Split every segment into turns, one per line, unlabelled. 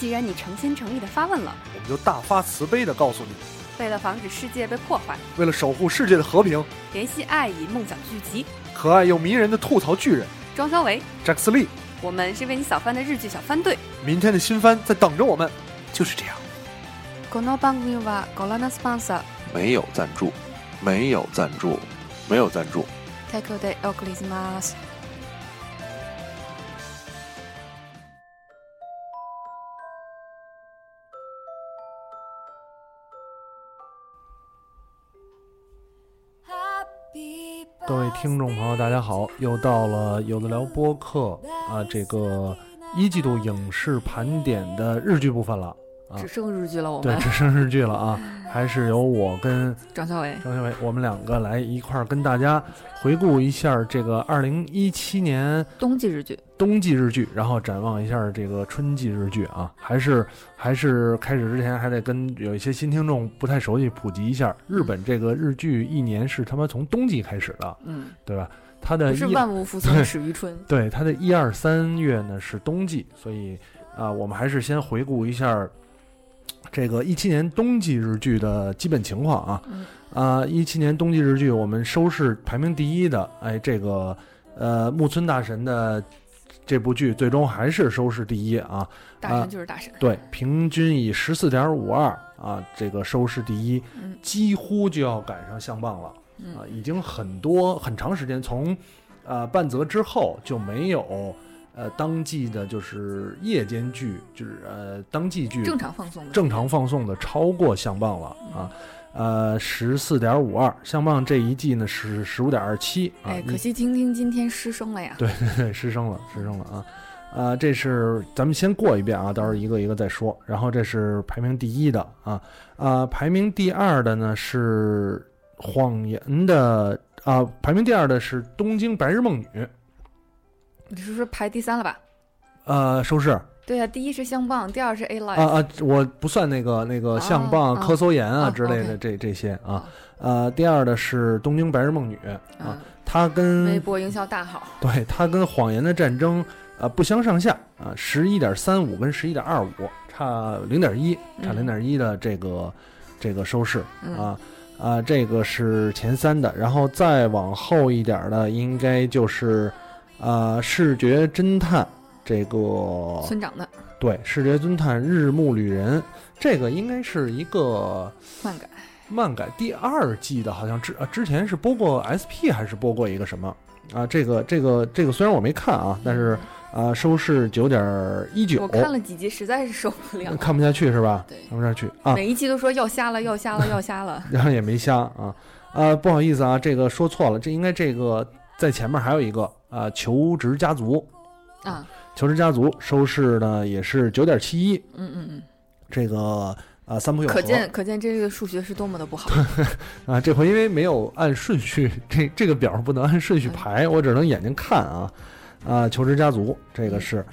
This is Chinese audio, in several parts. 既然你诚心诚意的发问了，
我们就大发慈悲的告诉你，
为了防止世界被破坏，
为了守护世界的和平，
联系爱以梦想聚集，
可爱又迷人的吐槽巨人
庄小维，
Jack s l e e
我们是为你扫翻的日剧小番队。
明天的新番在等着我们，就是这样。
この番組はご覧のスポンサー
没有赞助，没有赞助，没有赞助。
提供でお送りします。
各位听众朋友，大家好！又到了有的聊播客啊，这个一季度影视盘点的日剧部分了。啊
只剩日剧了，我
对
们，
只剩日剧了啊，还是由我跟
庄小维，
张学伟，我们两个来一块儿跟大家回顾一下这个二零一七年
冬季日剧，
冬季日剧，然后展望一下这个春季日剧啊。还是还是开始之前，还得跟有一些新听众不太熟悉普及一下，日本这个日剧一年是他妈从冬季开始的，
嗯，
对吧？它的
不
一
是万物 复
对
苏始于春，
对，它的一二三月呢是冬季，所以啊、我们还是先回顾一下儿这个一七年冬季日剧的基本情况啊
嗯。
啊，一七年冬季日剧我们收视排名第一的，哎，这个呃木村大神的这部剧最终还是收视第一啊。
大神就是大神，
对，平均以十四点五二啊，这个收视第一，
嗯
几乎就要赶上相棒了
嗯
啊、已经很多很长时间从呃半泽之后就没有呃当季的，就是夜间剧，就是呃当季剧
正常嗯放送的，
正常放送的超过相棒了啊。呃，十四点五二，相棒这一季呢是十五点二七啊，
哎，
一
可惜听听今天失声了呀，
对，失声了，失声了啊！啊，这是咱们先过一遍啊，到时候一个一个再说。然后这是排名第一的啊啊，排名第二的呢是《谎言》的啊，排名第二的是《东京白日梦女》
你是说排第三了吧？
呃，收视啊
对呀，第一是相棒，第二是 A Live，
啊，我不算那个那个相棒、
啊啊
科搜研啊
啊
之类的
OK
这这些啊，呃，第二的是《东京白日梦女》啊，
嗯，
它
微
跟
博营销大好，
对它跟《谎言的战争》呃不相上下啊，十一点三五跟十一点二五差零点一，差零
嗯
点一的这个这个收视
嗯，
啊啊，这个是前三的，然后再往后一点儿的应该就是啊、视觉侦探这个
村长的
对视觉侦探日暮旅人这个应该是一个
漫改，
漫改第二季的，好像之啊之前是播过 SP 还是播过一个什么啊？这个这个这个虽然我没看啊，但是啊、收视九点一九
嗯我，看了几集，实在是受不了，
看不下去是吧？
对
看不下去嗯啊，
每一期都说要瞎了，要瞎了，要瞎了，
然后也没瞎啊啊，不好意思啊，这个说错了，这应该这个在前面还有一个啊，求职家族，
啊，
求职家族收视呢也是九点七一，
嗯嗯嗯。
这个啊三浦友和
可见，可见这个数学是多么的不好。
啊，这回因为没有按顺序，这这个表儿不能按
嗯
顺序排，我只能眼睛看啊。啊，求职家族这个是，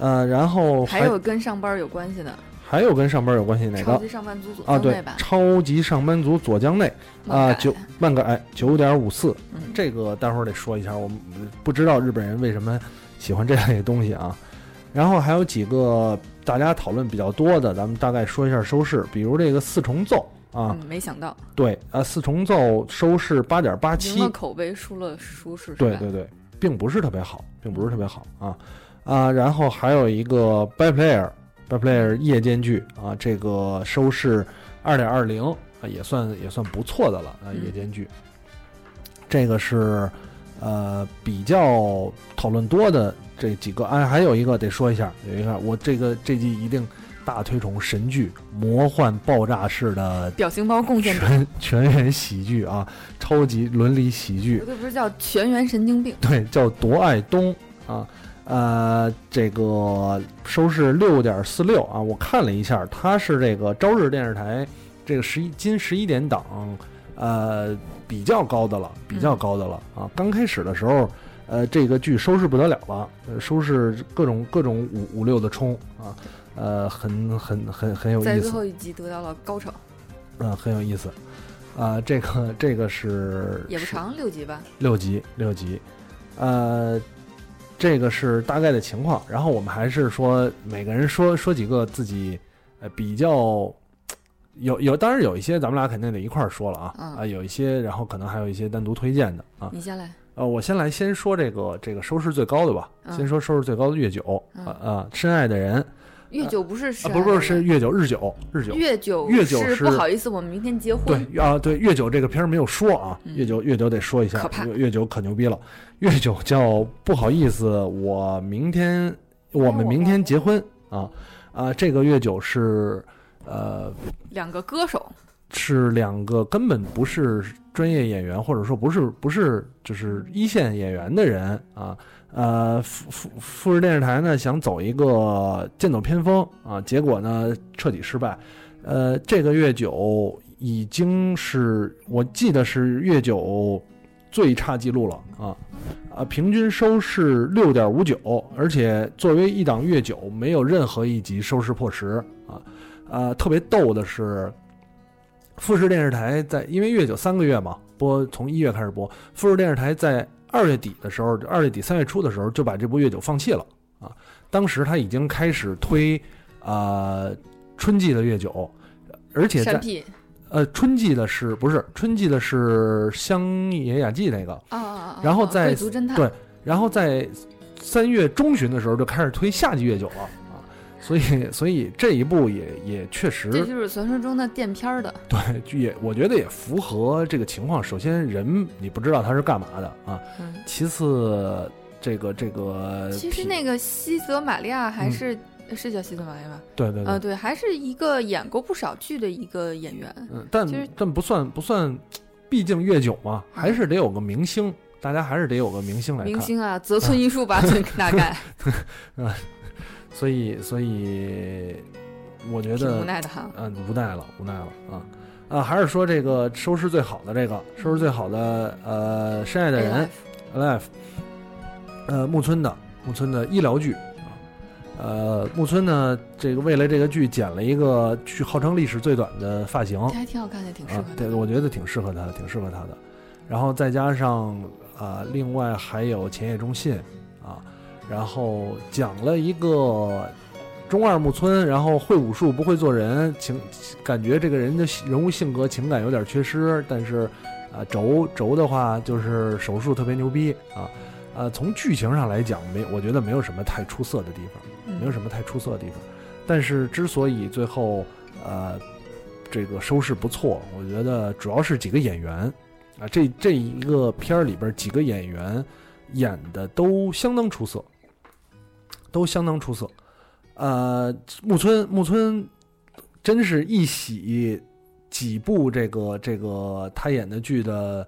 呃，然后
嗯还有跟上班有关系的，
还有跟上班有关系哪
超
个
级上班族左
啊？
江
对
内吧，，
超级上班族左江内
漫
啊，
改
九漫改九点五四，
嗯
这个待会儿得说一下，我们不知道日本人为什么喜欢这类东西啊。然后还有几个大家讨论比较多的，咱们大概说一下收视，比如这个四重奏啊，
嗯，没想到
对啊，四重奏收视八点八
赢
七
了，口碑，输了舒适，是
对
吧
对对，并不是特别好，并不是特别好啊啊！然后还有一个 By Player By Player 夜间剧啊，这个收视二点二零啊，也算也算不错的了啊，
嗯
夜间剧。这个是呃比较讨论多的这几个，哎，还有一个得说一下，有一个我这个这季一定大推崇神剧《魔幻爆炸式的
表情包贡献者，
全全员喜剧》啊，超级伦理喜剧
不。对，不是叫全员神经病，
对，叫夺爱东啊，呃，这个收视六点四六啊，我看了一下，它是这个朝日电视台这个十一今十一点档，呃，比较高的了，比
嗯
较高的了啊。刚开始的时候，呃，这个剧收视不得了了，呃收视各种各种五五六的冲啊，呃，很很很很有
在
意
最
思，
后一集得到了高潮，
嗯、很有意思。啊、这个这个是
也不
是
长，六集吧，
六集，六集，呃，这个是大概的情况。然后我们还是说每个人说说几个自己呃比较。有有，当然有一些咱们俩肯定得一块儿说了啊、
嗯
啊，有一些，然后可能还有一些单独推荐的啊。
你先来，
呃，我先来先说这个这个收视最高的吧，
嗯
先说收视最高的月酒
嗯
啊啊，深爱的人
月酒不是是
啊，不是不是是月酒日酒日酒，
月酒
月酒
是
是
不好意思，我们明天结婚。
对啊对月酒这个片儿没有说啊，
嗯
月酒月酒得说一下
可，怕
月月酒可牛逼了，月酒叫不好意思，我明天我
哦
们明天结婚啊啊，这个月酒是呃
两个歌手，
是两个根本不是专业演员，或者说不是不是就是一线演员的人啊。呃，富富富士电视台呢想走一个剑走偏锋啊，结果呢彻底失败。呃，这个月九已经是我记得是月九最差记录了啊啊，平均收视六点五九，而且作为一档月九，没有任何一集收视破十啊。呃，特别逗的是，富士电视台在因为月九三个月嘛，播从一月开始播，富士电视台在二月底的时候，二月底三月初的时候就把这部月九放弃了啊。当时他已经开始推呃春季的月九，而且
山
在
屁
呃春季的是不是春季的是乡野雅纪那个，
啊啊啊！
然后
啊
再
贵族侦探
对然后在三月中旬的时候就开始推夏季月九了啊。所以， 所以这一部也也确实，
这就是传说中的垫片儿的，
对，就也我觉得也符合这个情况。首先，人你不知道他是干嘛的啊。
嗯。
其次，这个这个
其
品，
实那个西泽玛利亚还
呃嗯
是、是叫西泽玛利亚吧？
对对对，
呃，对，还是一个演过不少剧的一个演员。
嗯，但
其实嗯
但不算不算，毕竟月九嘛，还是得有个明星，大家还是得有个明星来
明
看。
星啊，泽村一树吧，大概
所以，所以我 觉
挺
得
无奈 的哈。
嗯，无奈了，无奈了啊啊！还是说这个收视最好的这个收视最好的呃，深爱的
哎
人 Alive，呃，木村的木村的医疗剧啊，呃，木村呢，这个为了这个剧剪了一个据号称历史最短的发型
还挺好看的，挺适
啊
合，
对，
的。
我觉得挺适合他的，挺适合他的。然后再加上啊、另外还有前野忠信啊，然后讲了一个中二木村，然后会武术不会做人，情感觉这个人的人物性格情感有点缺失，但是啊、轴轴的话就是手术特别牛逼啊。呃，从剧情上来讲，没，我觉得没有什么太出色的地方。
嗯
没有什么太出色的地方。但是之所以最后呃这个收视不错，我觉得主要是几个演员啊，这这一个片儿里边儿几个演员演的都相当出色，都相当出色。呃，木村木村真是一喜几部这个这个他演的剧的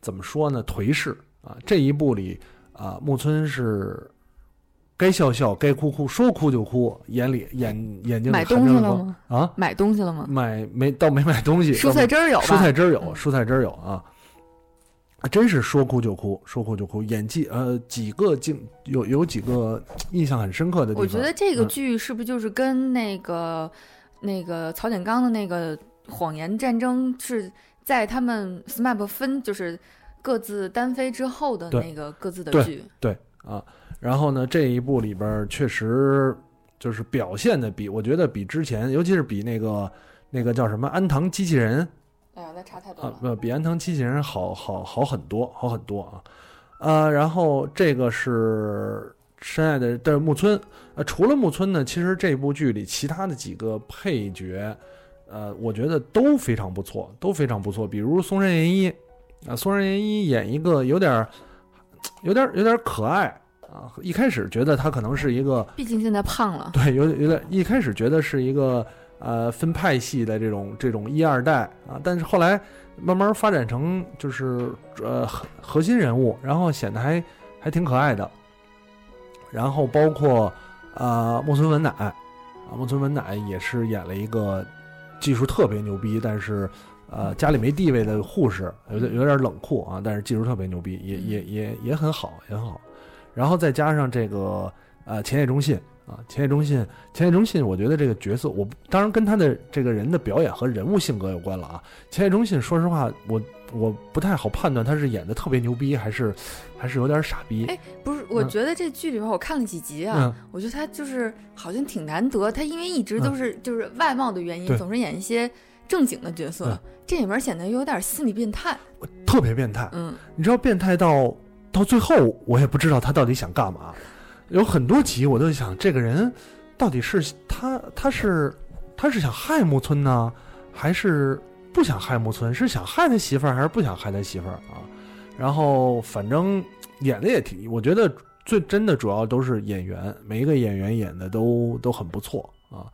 怎么说呢颓势啊，这一部里啊木村是。该笑笑，该哭哭，说哭就哭，眼里眼眼睛里
买
含
东西
着
了
光
吗？
啊，
买东西了吗？
买没倒没买东西，
蔬菜
倒
汁儿有
没
吧？
蔬菜汁儿有，
嗯
蔬菜汁儿有啊，啊真是说哭就哭，说哭就哭，演技呃几个镜有有几个印象很深刻的地方，
我觉得这个
嗯
剧是不是就是跟那个、那个曹简刚的那个《谎言战争》是在他们 SMAP 分就是各自单飞之后的
对
那个各自的
对
剧？
对啊，然后呢这一部里边儿确实就是表现的比我觉得比之前，尤其是比那个那个叫什么安堂机器人
哎呀，那差太多
啊
了，。
呃，比安藤机器人好好好很多，好很多啊。呃，然后这个是深爱的，但是木村，呃，除了木村呢，其实这部剧里其他的几个配角，呃，我觉得都非常不错，都非常不错。比如松山研一，啊、松山研一演一个有点儿，有点儿有点儿可爱啊，一开始觉得他可能是一个
毕竟现在胖了，
对，有有点一开始觉得是一个呃分派系的这种这种一二代啊，但是后来慢慢发展成就是呃核核心人物，然后显得还还挺可爱的。然后包括啊木村文乃啊，木村文乃也是演了一个技术特别牛逼，但是呃家里没地位的护士，有点有点冷酷
嗯
啊，但是技术特别牛逼，也也也也很好，也很好。然后再加上这个呃前野中信啊，前野中信，前野中信，我觉得这个角色，我不当然跟他的这个人的表演和人物性格有关了啊。前野中信，说实话，我我不太好判断他是演的特别牛逼，还是还是有点傻逼。
哎不是，我
嗯
觉得这剧里边我看了几集啊，
嗯，
我觉得他就是好像挺难得，他因为一直都是、就是外貌的原
对
因，总是演一些正经的角色，
嗯
这里面显得有点心理变态。
特别变态。
嗯，
你知道变态到到最后，我也不知道他到底想干嘛。有很多集我都想，这个人到底是他他是他是想害木村呢，还是不想害木村？是想害他媳妇儿，还是不想害他媳妇儿啊？然后反正演的也挺，我觉得最真的主要都是演员，每一个演员演的都都很不错啊。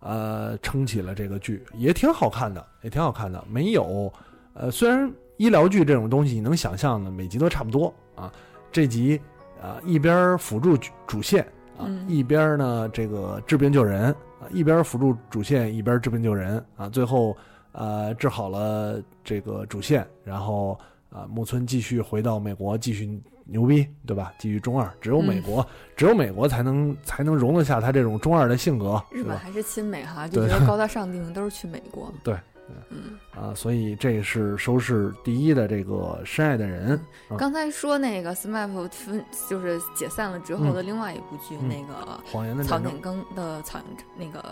呃，撑起了这个剧，也挺好看的，也挺好看的。没有，呃，虽然医疗剧这种东西你能想象的，每集都差不多啊。这集啊、一边儿辅助主主线啊，
嗯
一边儿呢这个治病救人啊，一边儿辅助主线，一边儿治病救人啊。最后呃治好了这个主线，然后啊木村继续回到美国继续牛逼，对吧？继续中二，只有美
嗯
国，只有美国才能才能容得下他这种中二的性格，
日
对吧
本还是亲美哈，就
对
觉得高大上的地方都是去美国。
对，
嗯，
啊，所以这是收视第一的这个《深爱的人》嗯
刚才说那个 SMAP 分就是解散了之后的另外一部剧，
嗯
那个
谎言的
草
战争
原耕的草原那个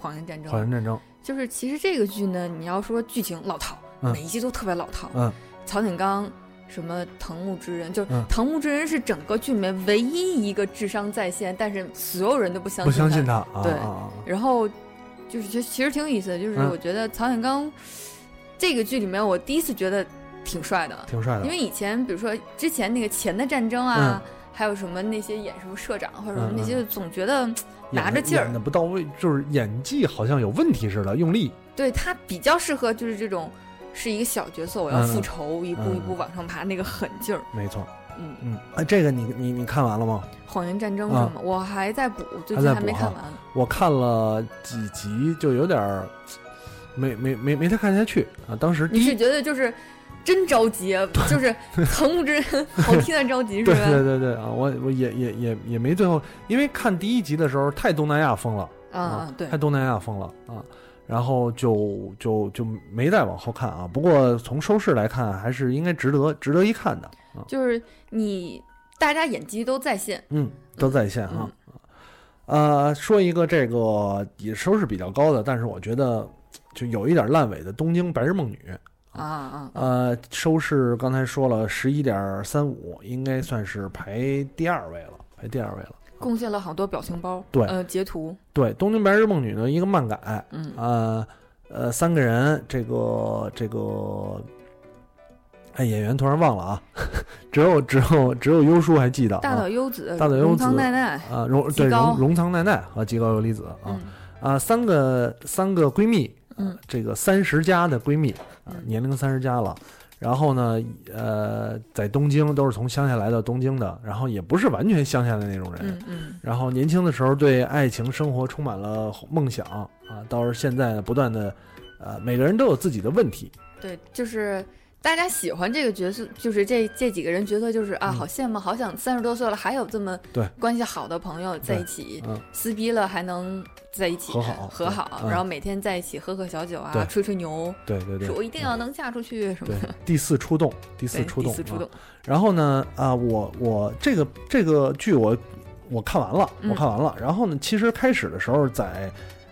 谎言战争，
谎言战争，
就是其实这个剧呢，你要说剧情老套，
嗯
每一集都特别老套。
嗯，
曹景刚，什么藤木之人，就是
嗯
藤木之人是整个剧里面唯一一个智商在线，但是所有人都不相
不
信
相信
他。
他啊
对
啊啊！
然后就是其实其实挺有意思的，就是
嗯
我觉得曹景刚这个剧里面，我第一次觉得挺帅的，
挺帅的
因，为以前比如说之前那个钱的战争啊，还有什么那些演什么社长或者什么
嗯嗯嗯
那些，总觉得
演
拿
得
着劲儿
演的不到位，就是演技好像有问题似的，用力。
对他比较适合就是这种是一个小角色，我要
嗯
复仇，一步一步往上爬，那个狠劲儿。
没错，
嗯，
嗯，啊，这个你你你看完了吗？
《谎言战争》
啊
是吗？我还在补，最
还在
近还
补
没看
哈
完。
我看了几集，就有点儿没没没没太看下去啊。当时
你
第
是
一，
觉得就是真着急啊，就是 横木之人好替他着急是
对对
吧？
对对啊，我我也也也也没最后，因为看第一集的时候太东南亚风了。
啊，对
太，东南亚风了啊，然后就就就没再往后看啊。不过从收视来看，还是应该值得值得一看的。
就是你大家演技都在线，
嗯，都在线哈。
嗯
呃，说一个这个也收视比较高的，但是我觉得就有一点烂尾的《东京白日梦女》。
啊啊，
呃，收视刚才说了十一点三五，应该算是排第二位了，排第二位了。
贡献了好多表情包，
对
呃，截图，
对，《东京白日梦女》呢，一个漫改，
嗯，
呃呃，三个人，这个这个，哎，演员突然忘了啊， 只有只有只有优叔还记得
大
啊
岛优子，
大岛优
荣
子
仓奈奈，
啊，荣
极
对
高
荣荣仓奈奈和吉高由里子啊、
嗯，
啊，三个三个闺蜜，
嗯
这个三十加的闺蜜啊，
嗯
年龄三十加了。然后呢，呃，在东京都是从乡下来到东京的，然后也不是完全乡下的那种人，
嗯嗯，
然后年轻的时候对爱情生活充满了梦想啊，到是现在呢，不断的，呃，每个人都有自己的问题，
对，就是大家喜欢这个角色，就是这这几个人角色，就是啊，
嗯
好羡慕，好想三十多岁了还有这么
对
关系好的朋友在一起，
嗯
撕逼了还能在一起
和好
和好，
对嗯
然后每天在一起喝喝小酒
对
啊，吹吹牛，
对对对
说，我一定要能嫁出去什么
对
的。
第四出动，第
对
四出动，
第四出
啊
动，
然后呢，啊，我我这个这个剧我我看完了，
嗯
我看完了。然后呢，其实开始的时候在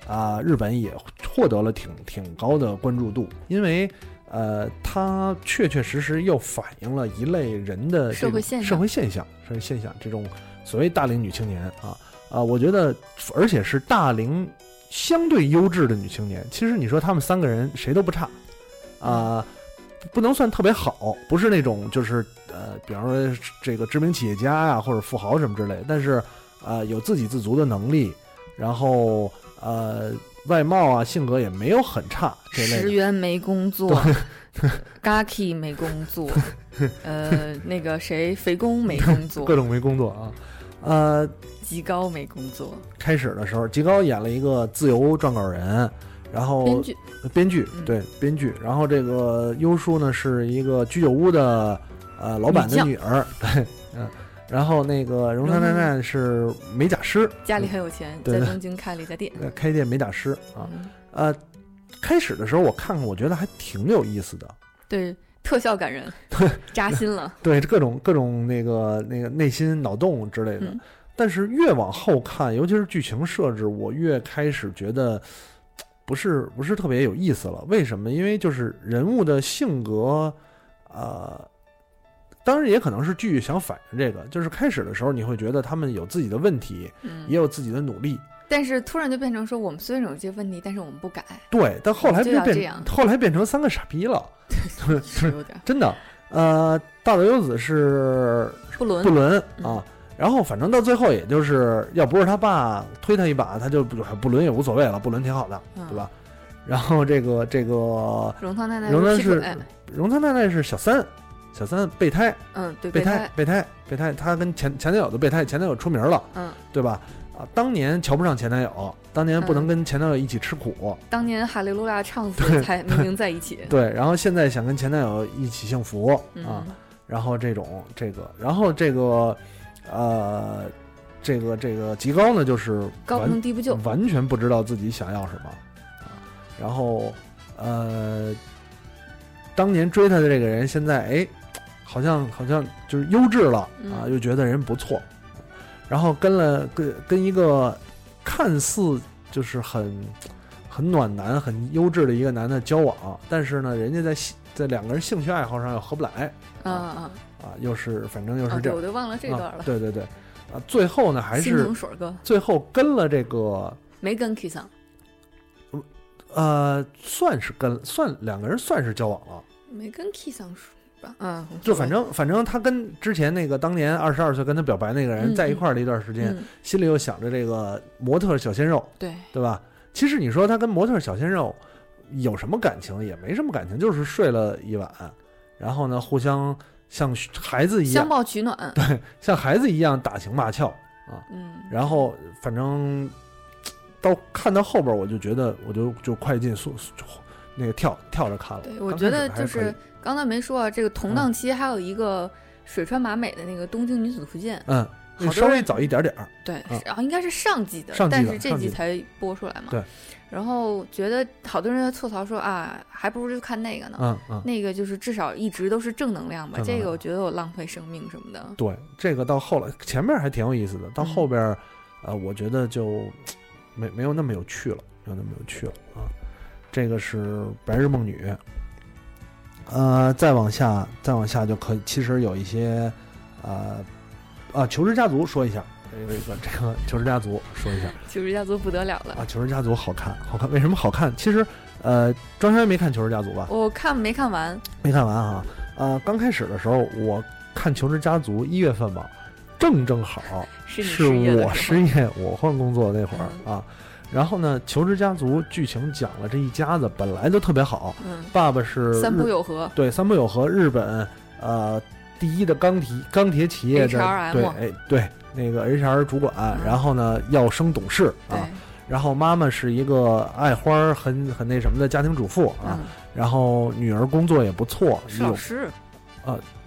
啊、日本也获得了挺挺高的关注度，因为呃，它确确实实又反映了一类人的这
社会
种
现象
社会现象，社会现象这种所谓大龄女青年啊啊，我觉得而且是大龄相对优质的女青年。其实你说她们三个人谁都不差啊。不能算特别好，不是那种就是呃，比方说这个知名企业家呀、或者富豪什么之类，但是呃有自给自足的能力，然后呃外貌啊性格也没有很差这类
石
的。
原没工作 ，Gaki 没工 作，呃，那个谁肥公没工
各
作，
种没工作啊，呃，
极高没工作，
开始的时候，吉高演了一个自由撰稿人，然后
编剧
呃编剧
嗯
对编剧，然后这个优叔呢是一个居酒屋的呃老板的女儿，对，嗯，然后那个荣昌
荣
大
昌
战是美甲师，
家里很有钱，
对
在
对
东京开了一家店。
呃开店美甲师啊。
嗯，
呃，开始的时候我看看，我觉得还挺有意思的。
对，特效感人，扎心 了。
对，各种各种那个那个内心脑洞之类的。
嗯
但是越往后看，尤其是剧情设置，我越开始觉得嘖不是不是特别有意思了。为什么？因为就是人物的性格，呃，当然也可能是剧想反映这个。就是开始的时候，你会觉得他们有自己的问题，也
嗯，
有自己的努力。
但是突然就变成说，我们虽然有这些问题，但是我们不改，
对，但后来
就
就
要这
变
样
后来变成三个傻逼了，
是有点儿
真的。呃，大岛优子是
不伦
不。伦啊
嗯。
然后反正到最后，也就是要不是他爸推他一把，他就不不伦也无所谓了，不伦挺好的，
嗯
对吧？然后这个这个
荣仓奈奈
荣仓
是劈
是
腿，
荣仓奈奈是小三，小三备胎，
嗯，对，
备
备
胎，，备胎，备胎，他跟前前男友的备胎，前男友出名了，
嗯，
对吧？啊，当年瞧不上前男友，当年
嗯
不能跟前男友一起吃苦，
当年哈利路亚唱
对
死才明明在一起。
对，然后现在想跟前男友一起幸福 啊，
嗯，
然后这种这个，然后这个，呃，这个这个极高呢，就是
高不
完
能低不就。
完全不知道自己想要什么，啊然后呃，当年追她的这个人，现在哎，好像好像就是优质了啊，
嗯
又觉得人不错，然后跟了跟跟一个看似就是很很暖男、很优质的一个男的交往，但是呢，人家在兴在两个人兴趣爱好上又合不来
啊啊
啊，又是反正又
啊！
是这
对，
样
我，都忘了这段
啊
了。
对对对，啊，最后呢还
心
是
疼水儿哥
最后跟了这个。
没跟 K 桑，
呃，算是跟算两个人算是交往了，
没跟 K 桑说吧？嗯，无
就
所
反
谓
正反正他跟之前那个当年二十二岁跟他表白那个人
嗯
在一块儿了一段时间，
嗯，
心里又想着这个模特小鲜肉，
对，
对吧？其实你说他跟模特小鲜肉有什么感情？也没什么感情，就是睡了一晚，然后呢，互相像孩子一
相
样，
抱取暖。
像孩子一样打情骂俏，
嗯，
然后反正到看到后边儿我就觉得我就就快进速速那个跳跳着看了。
对，我
刚
觉
开始
得
还
就是
可以嗯
是刚才没说啊，这个同档期还有一个水川麻美的那个《东京女子图鉴
嗯，
好多
稍微
人
早一点点儿，》，
对
啊，
然后应该是上季的
上，季的
但是这
上季
季
的
才播出来嘛。
对。
然后觉得好多人在吐槽说啊，还不如就看那个呢。
嗯嗯，
那个就是至少一直都是正能量吧，
正能量
这个我觉得我浪费生命什么的，
对，这个到后来前面还挺有意思的，到后边儿，呃，我觉得就没没有那么有趣了，没有那么有趣了啊。这个是《白日梦女》，呃，再往下再往下就可以，其实有一些，呃，啊，《求职家族》说一下。哎这个这个《求职家族》说一下
就是家族不得了了。
啊，《求职家族》好看，好看。为什么好看？其实，呃，庄山没看《求职家族》吧？
我看没看完，
没看完啊。呃，刚开始的时候我看《求职家族》一月份吧，正正好
是你嗯
是
失业的
我
时候
失业、我换工作那会儿啊。然后呢，《求职家族》剧情讲了这一家子本来就特别好，
嗯，
爸爸是
三浦
日啊
友和，
对三浦友和日本呃第一的钢铁钢铁企业的
HRM
对哎对那个 HR 主管，
嗯
然后呢要升董事
对
啊，，然后妈妈是一个爱花儿很很那什么的家庭主妇啊，
嗯，
然后女儿工作也不错，
是
有
老师，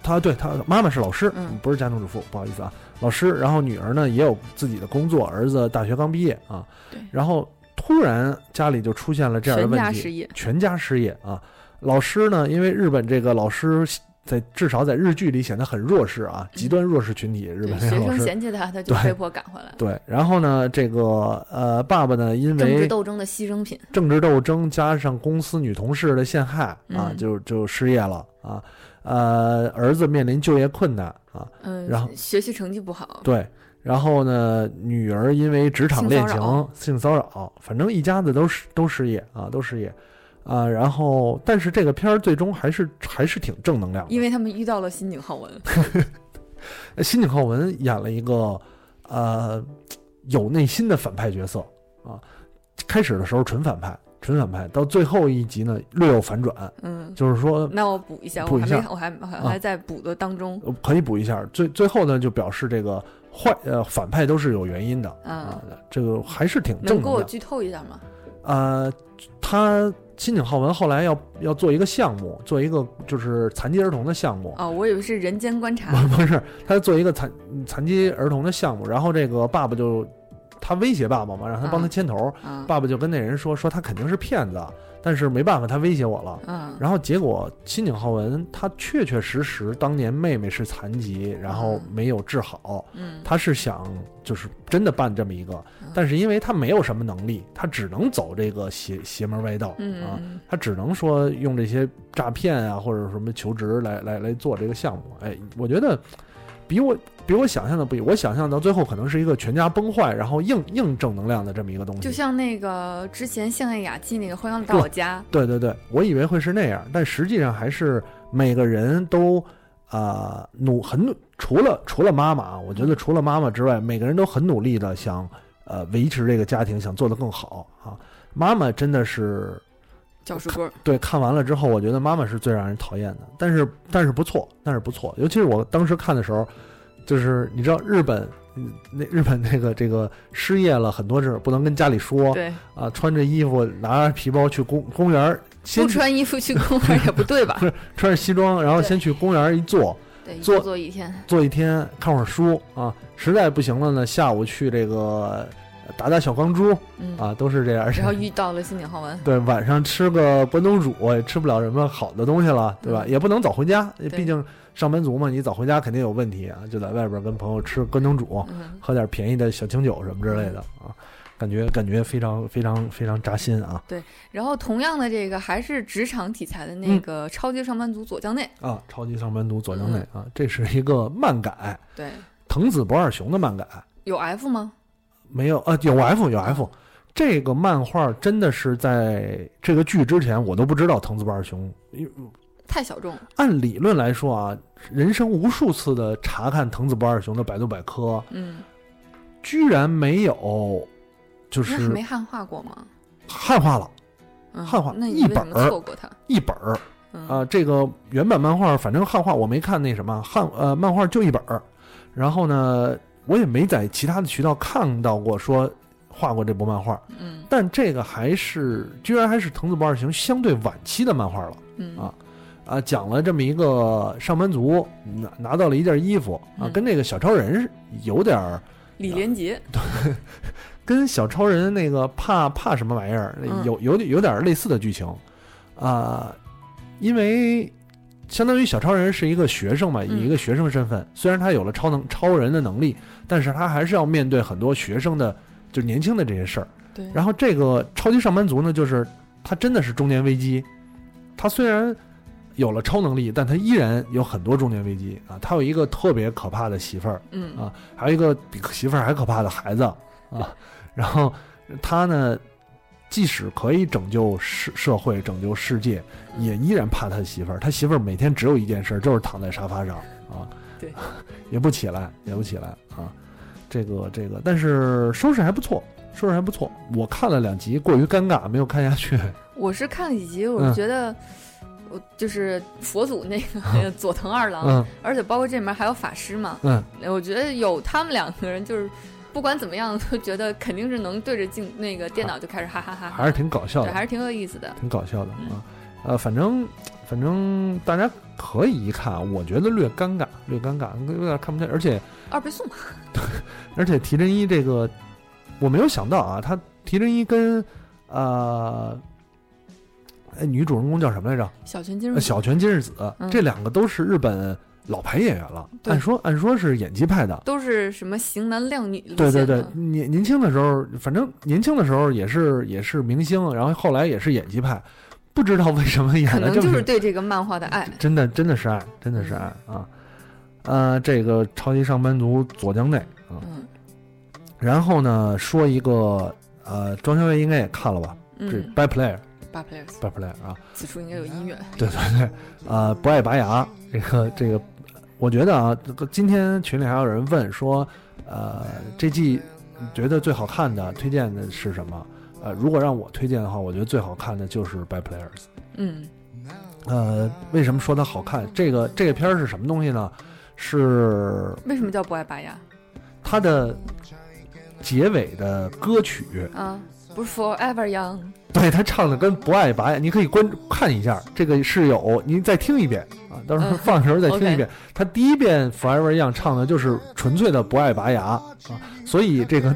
他对他妈妈是老师，
嗯
不是家庭主妇，不好意思啊，老师。然后女儿呢也有自己的工作，儿子大学刚毕业啊
对。
然后突然家里就出现了这样的
全
问
家
题，
失业，
全家失业啊。老师呢，因为日本这个老师在至少在日剧里显得很弱势啊，极端弱势群体，日
嗯对
本这
学
个老
生
师。
嫌弃他，他就
对
被迫赶回来，
对，然后呢，这个呃，爸爸呢，因
政治
为
斗争的牺牲品，
政治斗争加上公司女同事的陷害啊，
嗯
就就失业了啊。呃，儿子面临就业困难啊，
嗯，
然后
学习成绩不好，
对，然后呢，女儿因为职场
性
恋
骚
情
扰、
性骚扰，反正一家子都失都失业啊，都失业啊。然后，但是这个片儿最终还是还是挺正能量的。
因为他们遇到了新井 浩文，
呃新井浩文演了一个呃有内心的反派角色啊，开始的时候纯反派，纯反派，到最后一集呢略有反转，
嗯，
就是说
那我补一下，
补
我
一
还
下啊
没，我还我还我还在补的当中，
呃可以补一下。最最后呢，就表示这个坏呃反派都是有原因的
嗯
啊，这个还是挺正
能
能
给
量
我
的。
剧透一下吗？
呃，他新井浩文后来要要做一个项目，做一个就是残疾儿童的项目，
哦，我以为是人间观察
不。 不是，他做一个残残疾儿童的项目，然后这个爸爸就他威胁爸爸嘛，让他帮他
啊
牵头，
啊，
爸爸就跟那人说说他肯定是骗子，但是没办法，他威胁我了。
嗯，
然后结果，新井浩文他确确实实当年妹妹是残疾，然后没有治好，
嗯，
他是想就是真的办这么一个，但是因为他没有什么能力，他只能走这个邪邪门歪道
嗯
啊，
嗯
他只能说用这些诈骗啊或者什么求职来来来做这个项目。哎，我觉得比我比我想象的不一，我想象到最后可能是一个全家崩坏，然后硬硬正能量的这么一个东西，
就像那个之前向爱雅纪那个《欢迎到我家
对对对，我以为会是那样，但实际上还是每个人都啊、呃努很努，除了除了妈妈啊，我觉得除了妈妈之外，每个人都很努力的想呃维持这个家庭，想做得更好啊。妈妈真的是》
教书棍儿，
对看完了之后，我觉得妈妈是最让人讨厌的，但是但是不错，但是不错，尤其是我当时看的时候，就是你知道日本。嗯那日本那个这个失业了很多事儿不能跟家里说
对，
啊，穿着衣服拿着皮包去公公园儿，先
不穿衣服去公园也不 对吧？
穿着西装，然后
对
先去公园一坐，
对，
做
做做一天，
坐一天，看会儿书啊。实在不行了呢，下午去这个呃打打小钢珠
嗯，
啊，都是这样。
然后遇到了新井浩文，
对，晚上吃个关东煮，也吃不了什么好的东西了，对吧？
嗯
也不能早回家，
对
毕竟上班族嘛，你早回家肯定有问题啊。就在外边跟朋友吃关东煮，
嗯，
喝点便宜的小清酒什么之类的啊，感觉感觉非常非常非常扎心啊
然后同样的这个还是职场题材的那
嗯
个《超级上班族左江内》，
啊！超级上班族左江内
嗯
啊，这是一个漫改，
对，
藤子不二雄的漫改。
有 F 吗？
没有啊，有 F 有 F，这个漫画真的是在这个剧之前我都不知道藤子不二雄。因为
太小众了，
按理论来说啊，人生无数次的查看藤子不二雄的百度百科，
嗯，
居然没有，就
那是
是
没汉化过吗？
汉化了
嗯
汉化
那
一
你为
本
什么
儿
错过它？
一本儿
嗯
啊、这个原版漫画，反正汉化我没看那什么汉呃漫画就一本儿，然后呢，我也没在其他的渠道看到过说画过这部漫画。
嗯
但这个还是居然还是藤子不二雄相对晚期的漫画了
嗯
啊啊，讲了这么一个上班族拿拿到了一件衣服啊，
嗯
跟那个小超人是有点儿，
李连杰，
跟小超人那个怕怕什么玩意儿
嗯
有有点有点类似的剧情啊，因为。相当于小超人是一个学生嘛，
嗯
以一个学生身份，虽然他有了超能超人的能力，但是他还是要面对很多学生的，就是年轻的这些事儿。
对，
然后这个超级上班族呢，就是他真的是中年危机，他虽然有了超能力，但他依然有很多中年危机啊。他有一个特别可怕的媳妇儿，
嗯
啊还有一个比媳妇儿还可怕的孩子啊。然后他呢，即使可以拯救社社会、拯救世界，
嗯
也依然怕他媳妇儿。他媳妇儿每天只有一件事，就是躺在沙发上啊，
对，
也不起来，也不起来啊。这个这个，但是收视还不错，收视还不错。我看了两集，过于尴尬，没有看下去。
我是看了几集，我
嗯
是觉得。我就是佛祖那个佐藤二郎，
嗯
而且包括这里面还有法师嘛，哎
嗯，
我觉得有他们两个人，就是不管怎么样，都觉得肯定是能对着镜那个电脑就开始哈哈哈哈，
还是挺搞笑
对，
的，
还是挺有意思的。
挺搞笑的
嗯
啊。呃，反正反正大家可以一看，啊我觉得略尴尬，略尴尬，有点看不太。而且
二倍速嘛，
而且提真一这个，我没有想到啊，他提真一跟呃，哎，女主人公叫什么来着？
小泉今日
呃小泉今日子，
嗯
这两个都是日本老牌演员了。
对
按说按说是演技派的，
都是什么型男靓女路
对对
线
对
的，，
年年轻的时候，反正年轻的时候也是也是明星，然后后来也是演技派，不知道为什么演
可
了
能
这
就
么
是对这个漫画的爱。
真的真的是爱，真的是爱啊！呃，这个超级上班族左江内啊，
嗯
然后呢说一个呃，庄小月应该也看了吧？这
嗯
Bad Player
，Bad Players，
Bad Player 啊，
此处应该有音乐。
对对对，呃，不爱拔牙，这个 这个，我觉得啊，这个今天群里还有人问说，呃，这季你觉得最好看的推荐的是什么？呃，如果让我推荐的话，我觉得最好看的就是《Bad Players》。
嗯
呃，为什么说它好看？这个这个片儿是什么东西呢？是
为什么叫不爱拔牙
它的结尾的歌曲
啊？不是 Forever Young，
对他唱的跟不爱拔呀，你可以关注看一下，这个是有您再听一遍啊，到时候
嗯
放的时候再听一
OK
遍。他第一遍 Forever Young 唱的就是纯粹的不爱拔牙啊，所以这个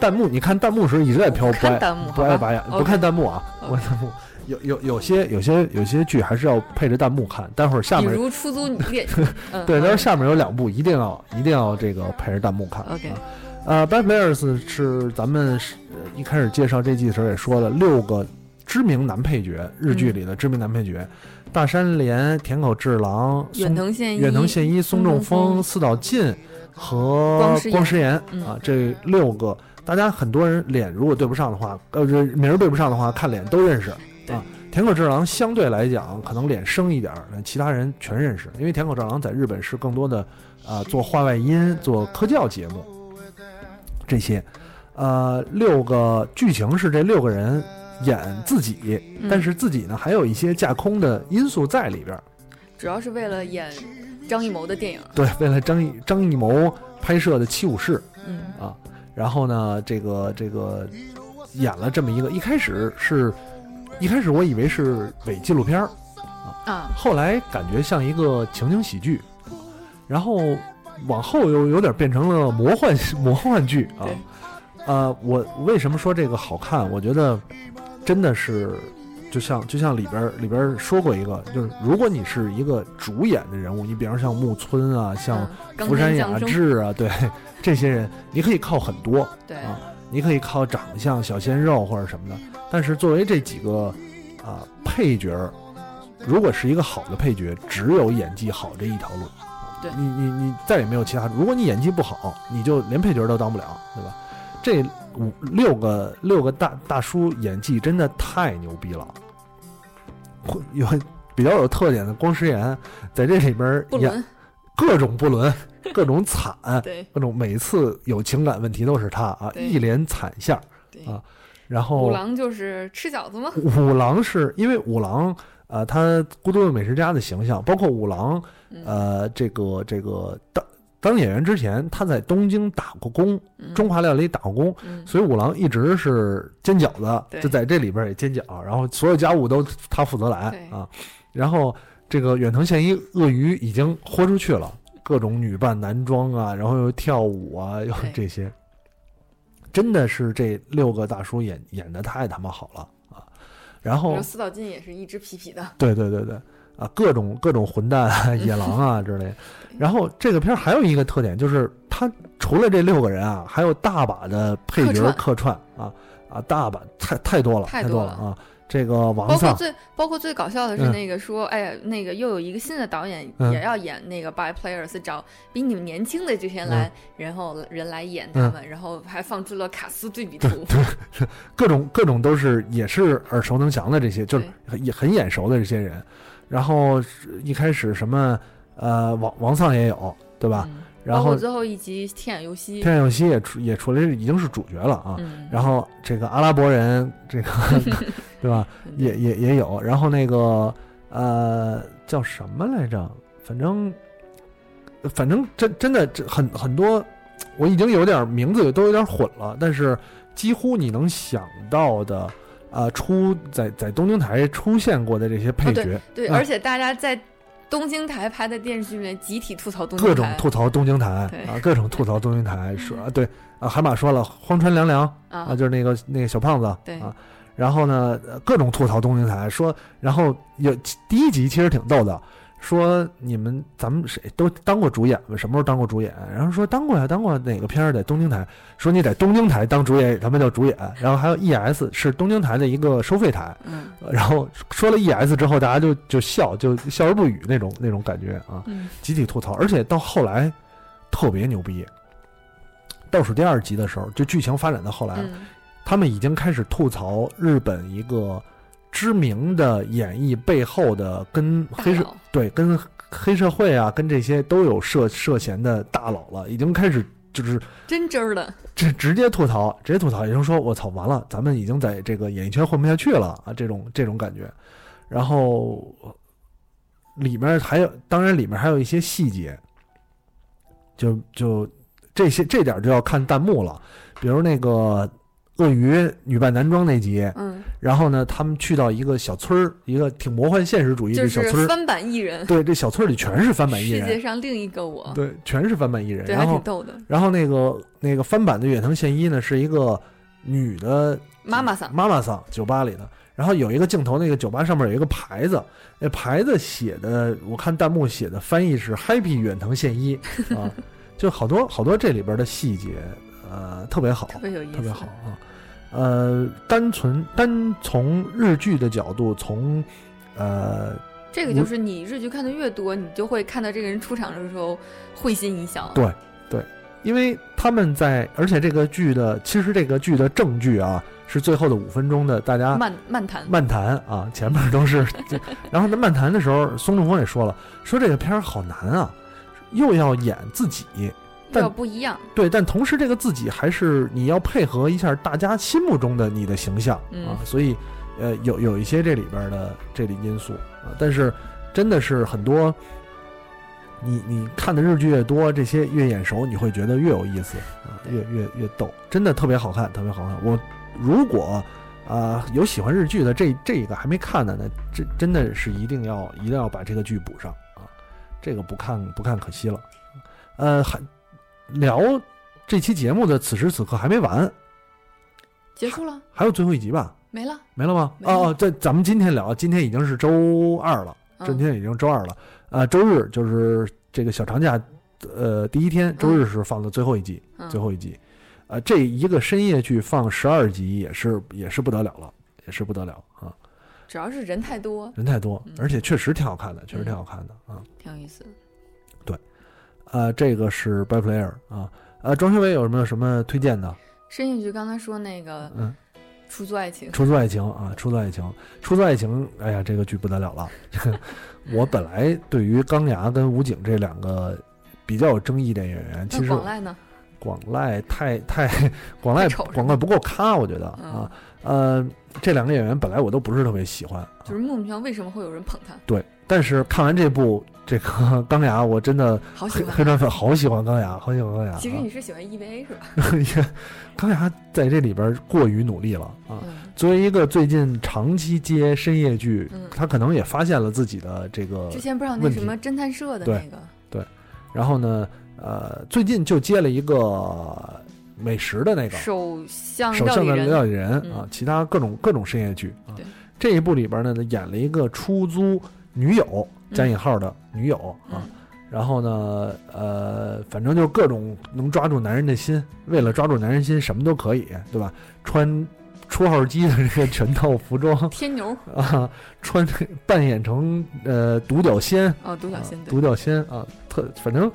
弹幕你看弹幕时一直在飘
我
不爱
看弹幕，
不
好
爱
吧
拔牙，
OK
不看弹幕啊，
OK
不看弹幕。有有有些有些有些剧还是要配着弹幕看，待会儿下
比
面
如出租列， 嗯
对，
嗯
待会儿下面有两部一定要一定要这个配着弹幕看。
嗯 OK
啊呃，Bad Bears 是咱们是呃一开始介绍这季的时候也说了，六个知名男配角，日
嗯
剧里的知名男配角，大山连、田口智郎、松
远藤宪一，
远藤宪一、松
中
仲
嗯丰
丰、四岛进和
光世
光石岩
嗯
啊，这六个，大家很多人脸如果对不上的话，呃，这名儿对不上的话，看脸都认识
对
啊。田口智郎相对来讲可能脸生一点儿，那其他人全认识，因为田口智郎在日本是更多的啊、做话外音、做科教节目这些，呃，六个剧情是这六个人演自己，
嗯
但是自己呢还有一些架空的因素在里边儿。
主要是为了演张艺谋的电影，
对，为了张艺张艺谋拍摄的《七武士
嗯》
啊，然后呢，这个这个演了这么一个，一开始是，一开始我以为是伪纪录片儿，
啊，
后来感觉像一个情景喜剧，然后往后又有点变成了魔幻 魔幻剧啊
对。
呃，我为什么说这个好看？我觉得真的是，就像就像里边儿里边儿说过一个，就是如果你是一个主演的人物，你比方像木村啊，像
嗯
福山雅
钢琴降生
治啊，对这些人，你可以靠很多，
对
啊你可以靠长相、小鲜肉或者什么的。但是作为这几个啊、配角儿，如果是一个好的配角，只有演技好这一条路。
对
你你你再也没有其他。如果你演技不好，你就连配角都当不了，对吧？这五六个六个大大叔演技真的太牛逼了，会有比较有特点的光石岩在这里边儿
不
演啊
伦，
各种不 伦，各种惨，
对
各种每次有情感问题都是他啊，
对
一脸惨相。
对，
啊然
五
后
郎就是吃饺子吗？
五郎是因为五郎呃，他孤独的美食家的形象，包括五郎
嗯
呃，这个这个当当演员之前，他在东京打过工，
嗯
中华料理打过工，
嗯
所以五郎一直是煎饺子，
对
就在这里边也煎饺，然后所有家务都他负责来
对
啊。然后这个远藤宪一鳄鱼已经豁出去了，各种女扮男装啊，然后又跳舞啊，又
对
这些，真的是这六个大叔演演的太他妈好了啊。然
然
后
后四岛进也是一只皮皮的，
对对对对，啊，各种各种混蛋、啊、野狼啊之类。
嗯
然后这个片儿还有一个特点，就是它除了这六个人啊，还有大把的配角儿客串啊啊，大把太太多了，
太
太
多
了
了
啊！这个王
包括
丧，
最包括最搞笑的是
嗯
那个说，哎呀，那个又有一个新的导演
嗯
也要演那个 By Players，找比你们年轻的这些
嗯
来，然后人来演他们，然后还放出了卡斯对比图，
各种各种都是也是耳熟能详的这些，就是也很眼熟的这些人。然后是一开始什么呃，王王丧也有对吧？
嗯
然
包括
后
最后一集《天眼游戏》，
天有希也出也出来已经是主角了啊。
嗯，
然后这个阿拉伯人，这 个对吧？也
嗯
也也有。然后那个呃叫什么来着？反正反正真真的这很很多，我已经有点名字都有点混了，但是几乎你能想到的啊、呃出在在东京台出现过的这些配
哦
角，
对，
嗯
而且大家在东京台拍的电视剧里面集体吐槽东京
各
台，
种吐槽东京台
对嗯
啊，各种吐槽东京 台，说啊对啊，海马说了荒川凉凉。啊，
啊，
就是那个那个小胖子，
对
啊，然后呢，呃各种吐槽东京台，说，然后有第一集其实挺逗的，说你们咱们谁都当过主演吗？什么时候当过主演？然后说当过呀，当过哪个片儿在东京台？说你在东京台当主演也他妈叫主演，然后还有 ES 是东京台的一个收费台，
嗯
呃然后说了 ES 之后，大家就就笑，就笑而不语那种那种感觉啊，
嗯
集体吐槽，而且到后来特别牛逼。倒数第二集的时候，就剧情发展到后来，
嗯，
他们已经开始吐槽日本一个知名的演艺背后的跟
大
黑社
佬
对跟黑社会啊，跟这些都有涉涉嫌的大佬了，已经开始就是
真真儿的，
直直接吐槽，直接吐槽，也就是说我操，完了，咱们已经在这个演艺圈混不下去了啊，这种这种感觉。然后里面还有，当然里面还有一些细节，就就这些这点儿就要看弹幕了，比如那个鳄鱼女扮男装那集，
嗯，
然后呢，他们去到一个小村儿，一个挺魔幻现实主义
就
的小
是
村儿，
翻版艺人，
对，这小村儿里全是翻版艺
世界
人，
上另一个我，
对，全是翻版艺人。
对，还
然
挺
后，
逗的。
然后那个那个翻版的远藤宪一呢，是一个女的
妈妈桑，
妈妈桑酒吧里的。然后有一个镜头，那个酒吧上面有一个牌子，那牌子写的，我看弹幕写的翻译是 “Happy 远藤宪 一”啊，就好多好多这里边的细节，呃，特别好，
特别有意思，
特别好啊。呃，单纯单从日剧的角度，从呃，
这个就是你日剧看的越多，你就会看到这个人出场的时候会心一笑。
对因为他们在，而且这个剧的，其实这个剧的正剧啊，是最后的五分钟的，大家
漫漫谈，
漫谈啊，前面都是，这然后在漫谈的时候，松中峰也说了，说这个片儿好难啊，又要演自己，但
要不一样，
对，但同时这个自己还是你要配合一下大家心目中的你的形象
嗯
啊，所以呃有有一些这里边的这里因素啊，但是真的是很多，你你看的日剧越多，这些越眼熟，你会觉得越有意思啊，越越越逗，真的特别好看，特别好看。我如果啊、有喜欢日剧的这这个还没看的呢，这真的是一定要一定要把这个剧补上啊，这个不看不看可惜了。呃，还聊这期节目的此时此刻还没完，
结束了，
还有最后一集吧？
没了。
没了吗？
没了
哦哦，这咱们今天聊，今天已经是周二了，
嗯
今天已经周二了。呃，周日就是这个小长假，呃，第一天，周日是放的最后一集，
嗯
最后一集。呃，这一个深夜剧放十二集也是也是不得了了，也是不得了啊！
主要是人太多，
人太多
嗯，
而且确实挺好看的，确实挺好看的啊。
挺有意思的。
呃，这个是 By Player 啊。呃，庄学伟有什么什么推荐的？
申一局刚才说那个
嗯。
《出租爱情》，
出租爱情啊，出租爱情，出租爱情，哎呀，这个剧不得了了。 我本来对于钢牙跟武警这两个比较有争议的演员，其
那
实
广濑呢？
广濑太太广濑
太丑是吗
广濑不够咖，我觉得
嗯
啊，呃，这两个演员本来我都不是特别喜欢，啊
就是莫名其妙为什么会有人捧他，
对，但是看完这部这个 钢牙，我真的
好喜
黑
欢
黑
他。
川粉好喜欢钢牙，好喜欢钢牙。
其实你是喜欢 EVA 是 吧？
啊钢牙在这里边过于努力了啊，
嗯，
作为一个最近长期接深夜剧，
嗯
他可能也发现了自己的这个
之，前不是有那
问题
什么侦探社的
对
那个，
然后呢，呃，最近就接了一个美食的那个
首相
首
料
相
理
的
人
料理人
嗯
啊，其他各种各种深夜剧啊
对。
这一部里边呢，演了一个出租女友
嗯
加引号的女友啊。
嗯
然后呢，呃，反正就各种能抓住男人的心，为了抓住男人心，什么都可以，对吧？穿出号机的这个全套服装，
天牛
啊， 穿扮演成呃独角仙，
哦，独角仙
啊
对，
独角仙啊，特反正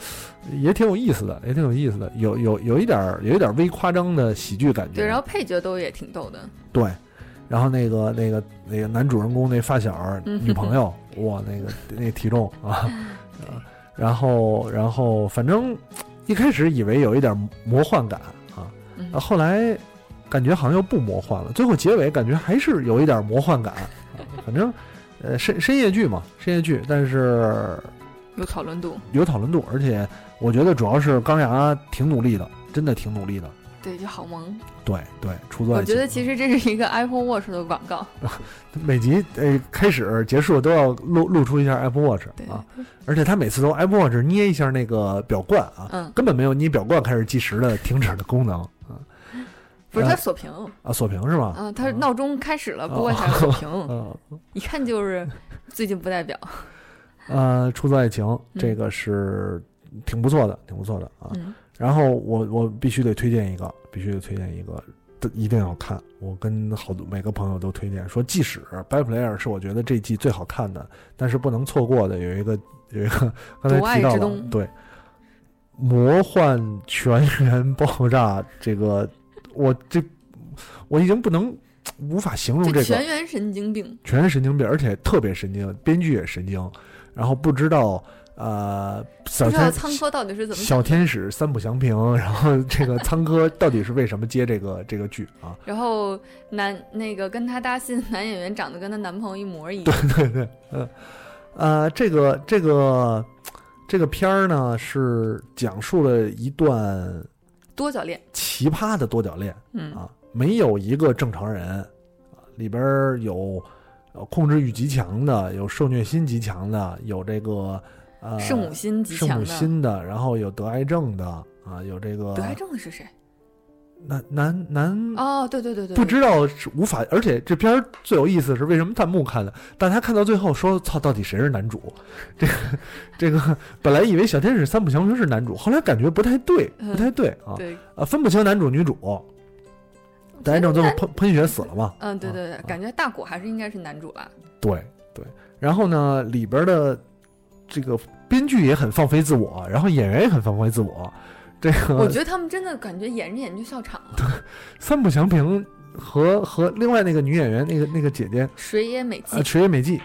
也挺有意思的，也挺有意思的，有有有一点儿有一点儿微夸张的喜剧感觉。
对，然后配角都也挺逗的，
对然后那个那个那个男主人公那发小儿
嗯
女朋 友，哇，那个那体重啊， 啊然后然后反正一开始以为有一点儿魔幻感啊，
嗯
啊，后来感觉好像又不魔幻了，最后结尾感觉还是有一点魔幻感。啊反正，呃，深深夜剧嘛，深夜剧，但是
有讨论度，
有讨论度，而且我觉得主要是钢牙挺努力的，真的挺努力的。
对，就好萌。
对对，出作
我觉得其实这是一个 Apple Watch 的广告，
每集呃开始结束都要露露出一下 Apple Watch
对，
啊，而且他每次都 Apple Watch 捏一下那个表冠啊，
嗯，
根本没有捏表冠开始计时的停止的功能啊
不是它
呃
锁屏，
啊，锁屏是吗？
嗯，它是
嗯
闹钟开始了，
哦
不过才 锁屏，
嗯、
一看就是最近不代表，
啊呃，出租爱情
嗯
这个是挺不错的，挺不错的啊。
嗯，
然后我我必须得推荐一个，必须得推荐一个，这一定要看。我跟好多每个朋友都推荐，说即使呃《By Player》是我觉得这季最好看的，但是不能错过的有一个 有一个刚
独
才
爱
提到
之
了
冬
对《魔幻全员爆炸》这个，我这我已经不能无法形容这
这
个
全员神经病，
全是神经病，而且特别神经，编剧也神经，然后不知道呃
不
小
知道
天
仓科到底是怎么想，
小天使三不详平， 然后这个仓科到底是为什么接这个这个剧啊？
然后男那个跟他搭戏的男演员长得跟她男朋友一模一样，
对对，呃呃，这个这个这个片儿呢是讲述了一段
多角恋，
奇葩的多角恋
嗯，
啊，没有一个正常人，啊里边儿有呃控制欲极强的，有受虐心极强的，有这个呃
圣母心极
圣
强
母
的。
心的，然后有得癌症的啊，有这个
得癌症的是谁？
男男男
哦，对对对对，
不知道是无法，而且这片儿最有意思的是为什么弹幕看的？大家看到最后说：“操，到底谁是男主？”这个这个本来以为小天使三浦翔平是男主，后来感觉不太对，
嗯
不太对啊
对，
啊，分不清男主女主。得癌症最后喷喷血死了嘛？
嗯，对对对，
啊
感觉大果还是应该是男主吧？
对对，然后呢，里边的这个编剧也很放飞自我，然后演员也很放飞自我。这个
我觉得他们真的感觉演着演着就笑场了。
三浦翔平和和另外那个女演员，那个那个姐姐，
水野美纪
呃，池野美纪，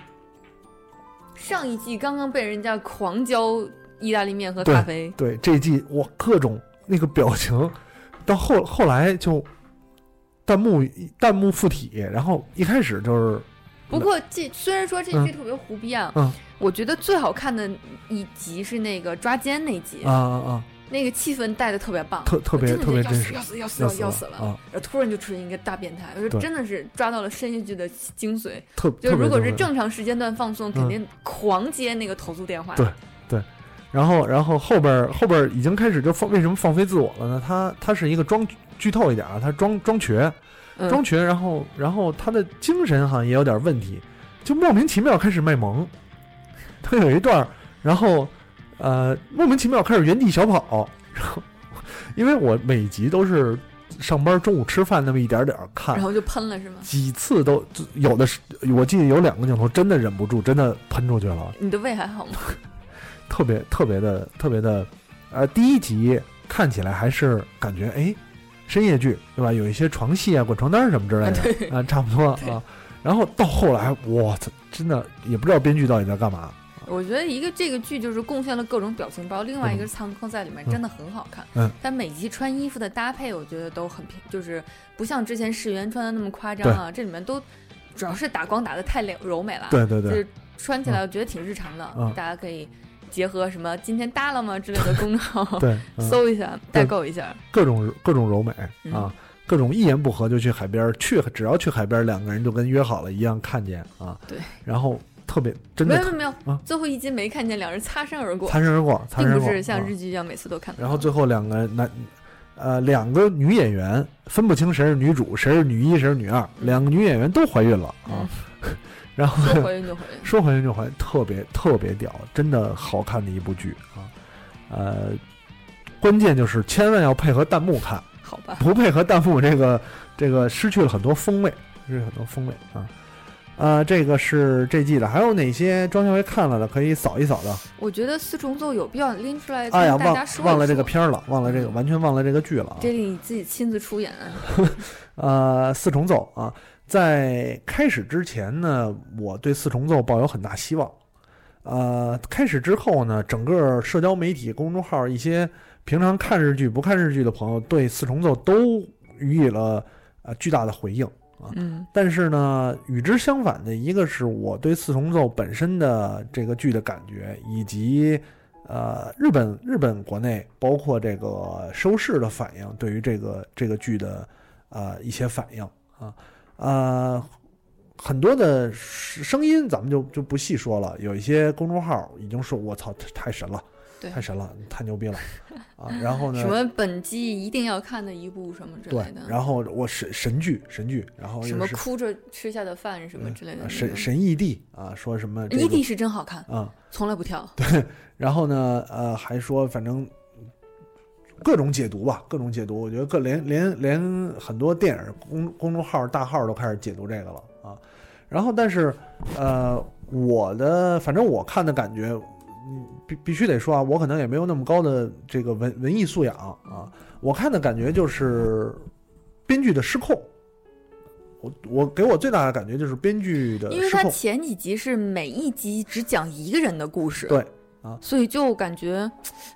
上一季刚刚被人家狂教意大利面和咖啡，
对这一季我各种那个表情，到后后来就弹幕弹幕附体，然后一开始就是
不过这虽然说这
嗯
这特别胡逼啊，
嗯
我觉得最好看的一集是那个抓奸那集，
啊啊啊，
那个气氛带的特别棒，
特特别
真的
特别
要
真
死
实
要，死要死
要
要要死
了
了，
啊，
然后突然就出现一个大变态，我就
对
真的是抓到了深夜剧的精髓。
特
就是
特别
如果
真
是
实
正常时间段放松，肯定狂接那个投诉电话。
对然后，然后后边儿后边儿已经开始就放为什么放飞自我了呢？他他是一个装剧透一点啊，他装装瘸，
嗯
装瘸，然后然后他的精神好像也有点问题，就莫名其妙开始卖萌。他有一段儿，然后呃莫名其妙开始原地小跑，然后因为我每集都是上班中午吃饭那么一点儿点儿看
然，后就喷了是吗？
几次都有的是我记得有两个镜头真的忍不住真的喷出去了，
你的胃还好吗？
特别特别的特别的，呃，第一集看起来还是感觉哎，深夜剧对吧？有一些床戏啊、滚床单儿什么之类的
对
啊、差不 多
对
啊。然后到后来，我操，真的也不知道编剧到底在干
啊
嘛。
我觉得一个这个剧就是贡献了各种表情包，另外一个是仓库在里面
嗯
真的很好看。
嗯，
但每集穿衣服的搭配，我觉得都很平，就是不像之前世元穿的那么夸张啊。这里面都主要是打光打的太柔柔美了，
对对
就
对
是穿起来我觉得挺日常的。
嗯
大家可以结合什么今天搭了吗之类的公号
对，嗯、
搜一下，
对
代购一下。
各种各种柔美
嗯
啊，各种一言不合就去海边儿，去只要去海边儿，两个人就跟约好了一样看见啊。
对，
然后特别真
没
的
有没
特
有没有
啊，
最后一集没看见，两人擦身而过，
擦身而过，擦
并
身而
不
过，
是像
啊
日剧一样每次都看到。
然后最后两个男，呃，两个女演员分不清谁是女主，谁是女一，谁是女
嗯
二，两个女演员都怀孕了啊。然后
说回就回，
说怀孕就怀孕，特别特别屌，真的好看的一部剧啊。呃，关键就是千万要配合弹幕 看，
好吧。
不配合弹幕，这个这个失去了很多风味，失去了很多风味啊。呃，这个是这季的，还有哪些庄小薇看了的可以扫一扫的？
我觉得四重奏有必要拎出来
哎呀，
跟大
忘
家说一说。
忘了这个片儿了，忘了这个，完全忘了这个剧了啊。
这里你自己亲自出演啊，
呃，四重奏啊，在开始之前呢，我对四重奏抱有很大希望。呃，开始之后呢，整个社交媒体、公众号一些平常看日剧不看日剧的朋友，对四重奏都予以了呃巨大的回应。
嗯，
但是呢，与之相反的一个是我对四重奏本身的这个剧的感觉，以及呃日本日本国内包括这个收视的反应，对于这个这个剧的呃一些反应啊呃很多的声音咱们就就不细说了，有一些公众号已经说我操太神了，
对
太神了，太牛逼了 啊，然后呢
什么本季一定要看的一部什么之
对
类的，，
然后我神神剧神剧，然后又
什么
是
哭着吃下的饭什么之类的那
呃
种，
神神异地啊，说什么这个
异地是真好看，
啊、
从来不跳，
然后呢，呃，还说反正各种解读吧，各种解读，我觉得各连连连很多电影公公众号大号都开始解读这个了啊。然后，但是呃，我的反正我看的感觉，嗯必必须得说啊，我可能也没有那么高的这个文文艺素养啊，我看的感觉就是编剧的失控。我我给我最大的感觉就是编剧的
因为
失
它
控，
前几集是每一集只讲一个人的故事，
对啊
所以就感觉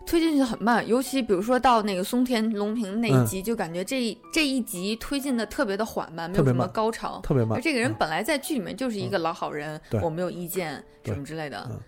推进去很慢，尤其比如说到那个松田龙平那
嗯
一集，就感觉这这一集推进的特别的缓慢，没
特
有
别
什么
慢
高潮，
特别慢
而。这个人本来在剧里面就是一个老好人，
嗯对
我没有意见
对
什么之类的
嗯，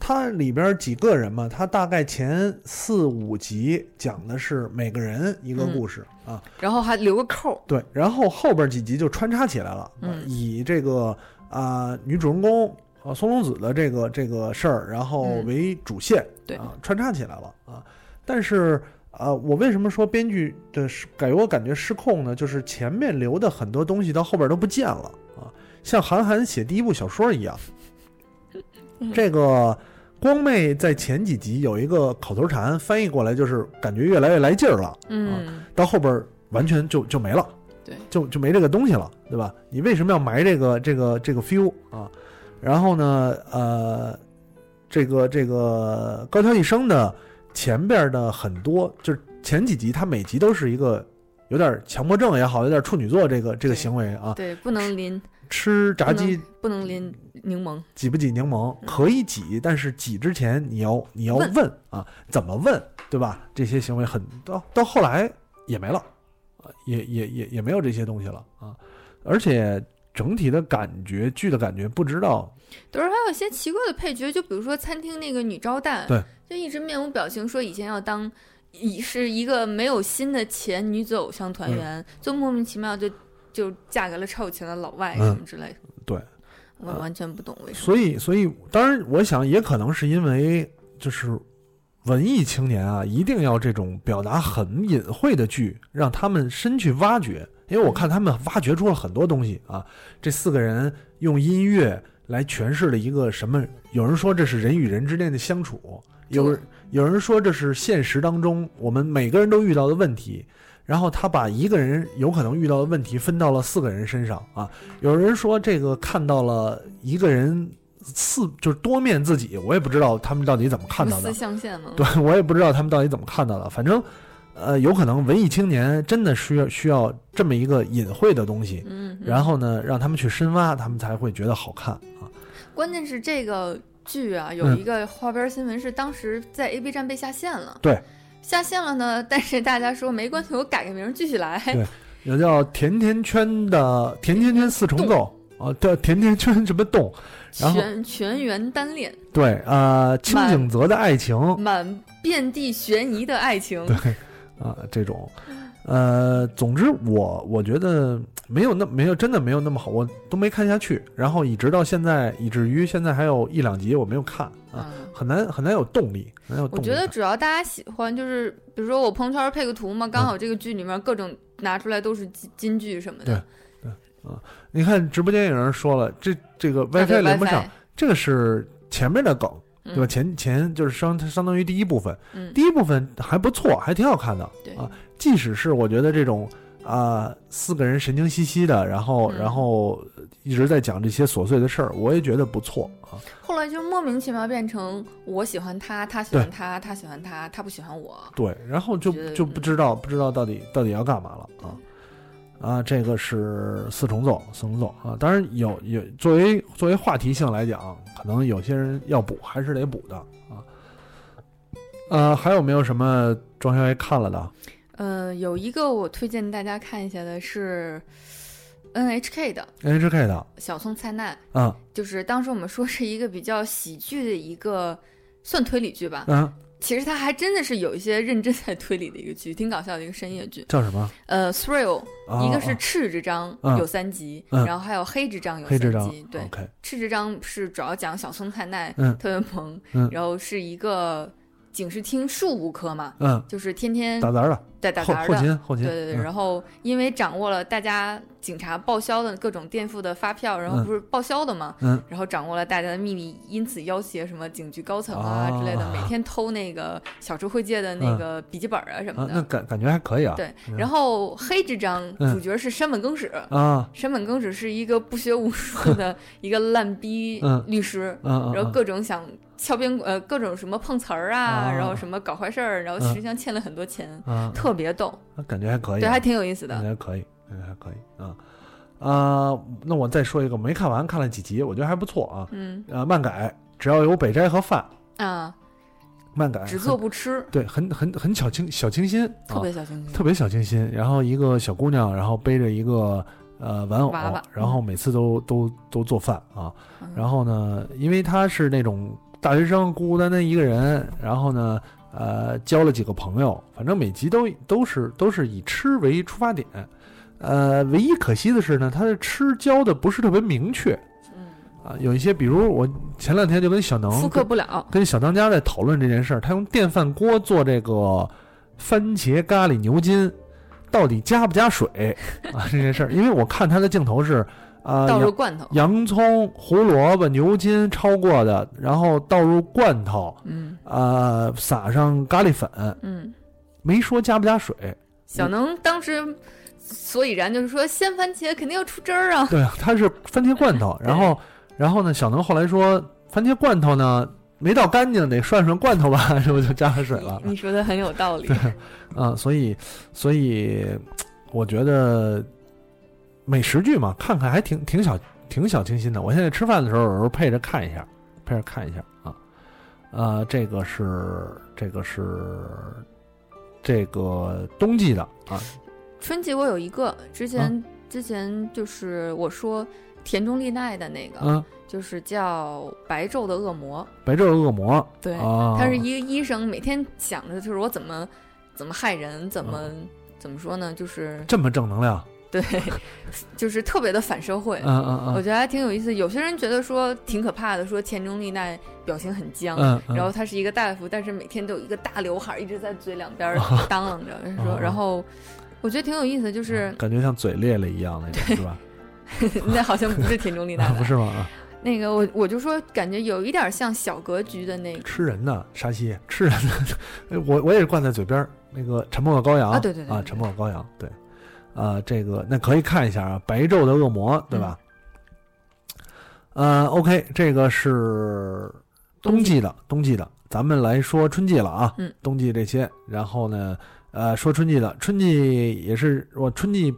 它里边几个人嘛，它大概前四五集讲的是每个人一个故事、啊，
然后还留个扣儿，
对，然后后边几集就穿插起来了，
嗯
啊以这个啊、女主人公呃松隆子的这个这个事儿，然后
嗯
为主线，
对
啊，穿插起来了啊，但是。啊，我为什么说编剧的失给我感觉失控呢？就是前面留的很多东西到后边都不见了啊，像韩寒写第一部小说一样。
嗯
这个光妹在前几集有一个口头禅，翻译过来就是感觉越来越来劲儿了，
嗯，
到后边儿完全就就没了，
对，
就就没这个东西了，对吧？你为什么要埋这个这个这个 feel 啊？然后呢，呃，这个这个高桥一生的前边的很多，就是前几集，他每集都是一个有点强迫症也好，有点处女座这个这个
对
行为啊，
对，不能淋，
吃炸
不
鸡
能不能淋柠檬，
挤不挤柠檬？
嗯
可以挤，但是挤之前你要你要
问
问啊，怎么问，对吧？这些行为很到到后来也没了，啊，也也也也没有这些东西了啊，而且整体的感觉，剧的感觉，不知道
对，还有一些奇怪的配角，就比如说餐厅那个女招待，
对，
就一直面无表情，说以前要当以是一个没有心的前女子偶像团
嗯
员，就莫名其妙就就嫁给了超有钱的老外
嗯
什么之类的。
对，
我
呃
完全不懂为什么。
所以，所以，当然，我想也可能是因为就是文艺青年啊，一定要这种表达很隐晦的剧，让他们深去挖掘。因为我看他们挖掘出了很多东西啊，这四个人用音乐来诠释了一个什么？有人说这是人与人之间的相处，有
对
有人说这是现实当中我们每个人都遇到的问题。然后他把一个人有可能遇到的问题分到了四个人身上啊，有人说这个看到了一个人四就是多面自己，我也不知道他们到底怎么看
无
到
私
的，
象限嘛，
对我也不知道他们到底怎么看到的。反正，呃，有可能文艺青年真的需要需要这么一个隐晦的东西，
嗯，嗯
然后呢，让他们去深挖，他们才会觉得好看啊。
关键是这个剧啊，有
嗯
一个花边新闻是当时在 A B 站被下线了，
对，
下线了呢，但是大家说没关系，我改个名儿继续来，
对有叫甜甜圈的甜甜圈四重奏啊，对，甜甜圈什么洞？然后
全全员单恋，
对，呃，清景泽的爱情
满遍地悬疑的爱 情，
啊，这种，呃，总之我我觉得没有那没有真的没有那么好，我都没看下去，然后一直到现在，以至于现在还有一两集我没有看啊，
嗯。
很难很难有动力，很难有动
我
力
觉
看。
得只要大家喜欢，就是比如说我朋友圈配个图嘛，
嗯
刚好这个剧里面各种拿出来都是金金句什么的，
你看直播间有人说了，这这个
那就
WiFi 连不
WiFi
上，，这个是前面的梗。
嗯
对吧？前前就是相相当于第一部分，
嗯
第一部分还不错，还挺好看的
对
啊。即使是我觉得这种啊、四个人神经兮兮的，然后、
嗯
然后一直在讲这些琐碎的事儿，我也觉得不错啊。
后来就莫名其妙变成我喜欢他，他喜欢他，他喜欢他，他不喜欢我，
对，然后就
我觉得
就不知道不知道到底到底要干嘛了啊啊！这个是四重奏，四重奏啊。当然有有作为作为话题性来讲，可能有些人要补还是得补的啊。呃，还有没有什么庄小爷看了的？
呃，有一个我推荐大家看一下的是 NHK 的
NHK 哎的，
小松菜奈，
嗯
就是当时我们说是一个比较喜剧的一个算推理剧吧，
嗯，
其实它还真的是有一些认真在推理的一个剧，挺搞笑的一个深夜剧。
叫什么？
呃，Thrill，
啊、
一个是
啊
赤之章
嗯
有三集，
嗯
然后还有黑之章有
黑
三
之章
集，对。
，OK，
赤之章是主要讲小松菜奈、
嗯
特别萌，
嗯
然后是一个警视厅庶务科嘛，
嗯，
就是天天
打杂的，
在打
后
杂
后
的。
勤后勤，
对对对，
嗯
然后因为掌握了大家警察报销的各种垫付的发票，然后
嗯
不是报销的嘛，
嗯
然后掌握了大家的秘密，因此要挟什么警局高层啊
啊
之类的，每天偷那个小猪会借的那个笔记本啊什
嗯
么
啊，
的。
那感感觉还可以啊，
对，
嗯
然后黑之章
嗯
主角是山本耕史，
啊，
山本耕史是一个不学无术 的一个烂逼
嗯
律师，
嗯嗯，
然后
嗯
各种想翘边呃各种什么碰瓷儿啊，
啊
然后什么搞坏事儿，然后
嗯
实际上欠了很多钱，
啊，
特别逗，
那感觉还可以啊，
对，还挺有意思
感
的。
觉还可以，感觉还可以啊啊，那我再说一个没看完，看了几集，我觉得还不错啊，
嗯
呃，漫改只要有北斋和饭，
啊，
漫改
只
很
做不吃，
对，很很很小清小清新，哎
特
啊
别小清新。
特别小清新。然后一个小姑娘，然后背着一个呃玩偶，
娃娃
然后每次都都都做饭啊。
嗯
然后呢，因为她是那种大学生孤孤单单一个人，然后呢，呃，交了几个朋友，反正每集都都是都是以吃为出发点。呃，唯一可惜的是呢，他的吃教的不是特别明确
嗯，
啊，有一些，比如我前两天就跟小能
复刻不了。
跟小当家在讨论这件事儿，他用电饭锅做这个番茄咖喱牛筋，到底加不加水 啊？这件事儿，因为我看他的镜头是啊、
倒入
洋
罐头，
洋葱、胡萝卜、牛筋焯过的，然后倒入罐头，
嗯
呃，撒上咖喱粉，
嗯，
没说加不加水。嗯
小能当时所以然就是说，鲜番茄肯定要出汁儿啊，
对啊， 它是番茄罐头，然后然后呢，小能后来说番茄罐头呢没倒干净，得涮涮罐头吧， 是不是就加上水了？
你说的很有道理。
啊，所以，所以，我觉得美食剧嘛，看看还挺挺小挺小清新的。我现在吃饭的时候，有时候配着看一下，配着看一下啊。呃，这个是这个是这个冬季的啊，
春季我有一个，之前、
嗯
之前就是我说田中丽奈的那个，
嗯，
就是叫《白昼的恶魔
白昼恶魔，》，
对，
啊，
他是一个医生，每天想着就是我怎么怎么害人，怎么、
哦
怎么说呢，就是
这么正能量，
对， 就是特别的反社会。
嗯嗯
我
嗯
觉得还挺有意思，有些人觉得说挺可怕的，说田中丽奈表情很僵，
嗯嗯，
然后他是一个大夫，但是每天都有一个大刘海儿一直在嘴两 边儿当啷着，说，
啊
然后我觉得挺有意 思，就是
感觉像嘴裂了一样那种，是吧？
那好像不是田中丽奈
啊
吧，
不是吗？啊，
那个我我就说感觉有一点像小格局的那个
吃人的沙溪，吃人的， 哎我我也是灌在嘴边儿。那个《沉默的羔羊》
啊对对对
啊，
对
《沉默的羔羊》对，啊、这个那可以看一下啊，《白昼的恶魔》对吧？
嗯
呃，OK，这个是冬季的，冬季的，咱们来说春季了啊，
嗯，
冬季这些，然后呢，呃，说春季的，春季也是我春季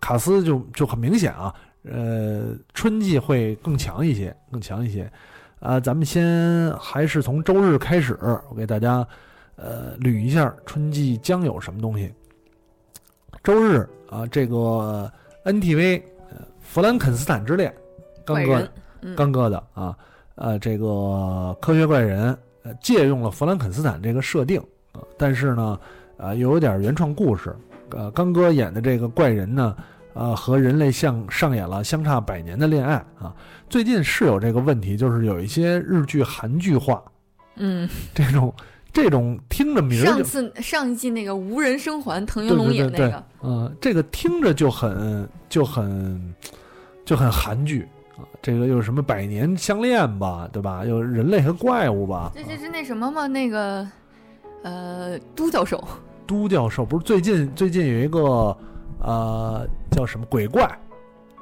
卡斯就就很明显啊，呃，春季会更强一些，更强一些。啊、咱们先还是从周日开始，我给大家呃捋一下春季将有什么东西。周日啊、这个 NTV 呃《弗兰肯斯坦之恋》刚
怪
哥
人，嗯
刚哥的啊，呃，这个科学怪人呃借用了弗兰肯斯坦这个设定啊、但是呢，呃，又有点原创故事。呃，刚哥演的这个怪人呢，呃，和人类像上演了相差百年的恋爱啊。最近是有这个问题，就是有一些日剧、韩剧化
嗯，
这种这种听着名儿
上
就
次上一季那个无人生还，藤原
对
龙
对
也
对
那
对，
个，
呃，这个听着就很就很就很韩剧啊，这个又是什么百年相恋吧，对吧？又是人类和怪物吧，
这
啊
这是那什么吗？那个呃，都教授，
都教授不是最近最近有一个呃叫什么鬼怪，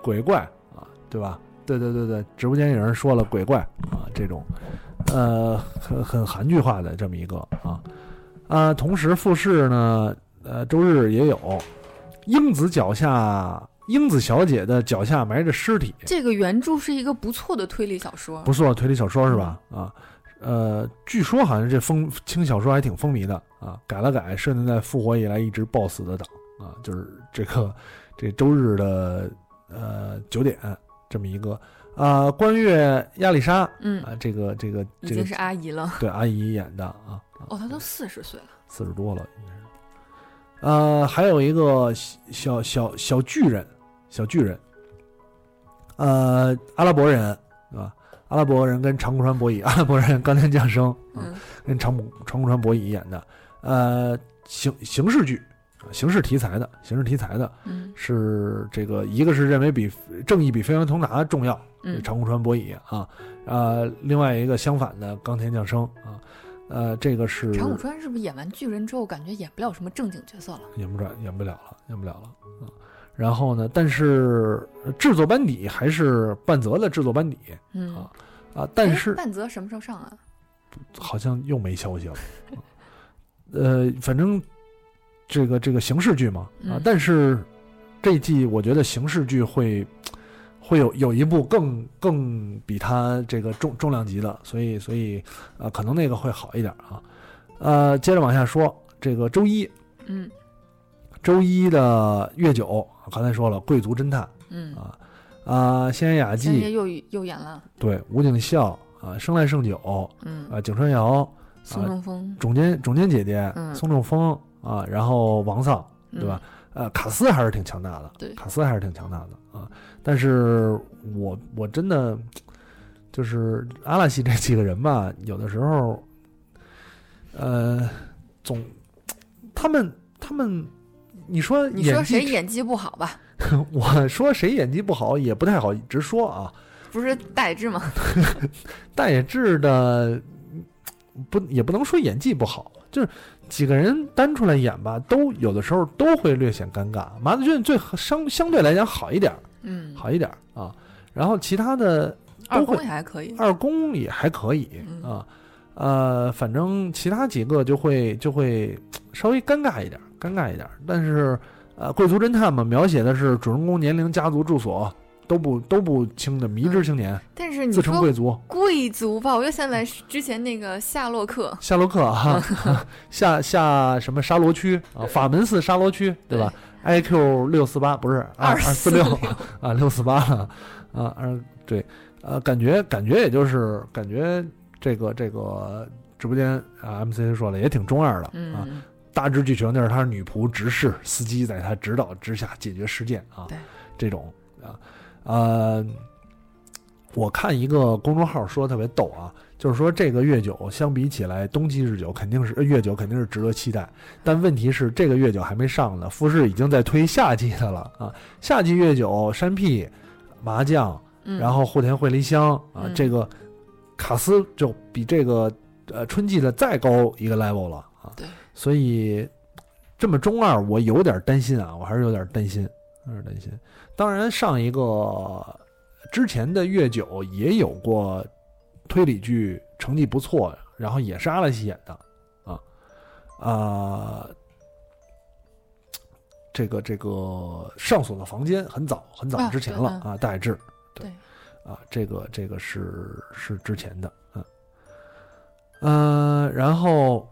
鬼怪啊，对吧？对对对对，直播间有人说了鬼怪啊，这种呃很很韩剧化的这么一个啊啊，同时复试呢，呃周日也有英子脚下英子小姐的脚下埋着尸体，
这个原著是一个不错的推理小说，
不错，推理小说是吧？啊，呃，据说好像这风轻小说还挺风靡的啊，改了改，甚至在复活以来一直爆死的档啊，就是这个这周日的呃九点这么一个啊、关月亚丽莎
嗯，
啊，这个这个这
已经
个
是阿姨了，
对阿姨演的啊，
哦，她都四十岁了，
四十多了应该是。呃，还有一个小小小巨人，小巨人，呃，阿拉伯人对吧？阿拉伯人跟长谷川博 以，阿拉伯人钢弹降生，啊
嗯，
跟长谷长谷川博以演的，呃，刑刑事剧，啊刑事题材的，刑事题材的
嗯
是这个，一个是认为比正义比飞黄腾达重要，
嗯，
长谷川博以啊，呃，另外一个相反的钢铁降生啊，呃，这个是
长谷川是不是演完巨人之后，感觉演不了什么正经角色了？
演不了，演不了了，演不了了啊。然后呢，但是呃制作班底还是半泽的制作班底
嗯
啊，啊，但
哎
是
半泽什么时候上啊？
好像又没消息了。啊呃，反正这个这个刑事剧嘛啊
嗯，
但是这一季我觉得刑事剧会会有有一部更更比它这个重重量级的，所以所以啊，可能那个会好一点啊。呃，接着往下说，这个周一
嗯
周一的月九，刚才说了，贵族侦探
嗯，
啊，啊、仙人雅
千叶
纪，
又又演了，
对，吴景孝啊、生来胜久
嗯，
啊、井啊川遥、
宋仲峰，
种间种间姐姐、
嗯
宋仲峰啊、然后王丧，
嗯
对吧？？呃，卡斯还是挺强大的，
对
卡斯还是挺强大的啊。但是我我真的就是阿拉西这几个人吧，有的时候，呃，总他们他们，你说
你
演
说
技
谁演技不好吧？
我说谁演技不好也不太好直说啊。
不是戴志吗？
大野智的嗯不也不能说演技不好，就是几个人单出来演吧，都有的时候都会略显尴尬。麻子俊最相相对来讲好一点儿，
嗯，
好一点儿啊。然后其他的
二
都
宫
会啊
也还可以。
二宫也还可以
嗯
啊，呃，反正其他几个就会就会稍微尴尬一点儿，尴尬一点儿。但是呃，贵族侦探嘛，描写的是主人公年龄、家族、住所都不都不清的迷之青年，
但是嗯你
自称
说
贵族。
贵族吧，我又想起来之前那个夏洛克，
夏洛克 啊，下下什么沙罗区啊，法门寺沙罗区对吧？IQ 六四八不是二二四六
246
啊，六四八啊，二对，呃，感觉感觉也就是感觉这个这个直播间啊，MC 说了也挺中二的啊，
嗯，
大致剧情就是她是女仆执事，司机在她指导之下解决事件啊
对，
这种啊，呃，我看一个公众号说特别逗啊，就是说这个月酒相比起来，冬季日酒肯定是呃月酒肯定是值得期待，但问题是这个月酒还没上呢，富士已经在推夏季的了啊，夏季月酒山屁麻将，
嗯
然后户田惠梨香啊，
嗯
这个卡斯就比这个呃春季的再高一个 level 了啊。
对，
所以这么中二，我有点担心啊，我还是有点担心，有点担心。当然，上一个之前的月九也有过推理剧，成绩不错，然后也是阿拉西演的啊啊。这个这个上锁的房间很早很早
啊
之前
对
了
嗯
啊，大野智
对
啊，这个这个是是之前的，嗯，呃，然后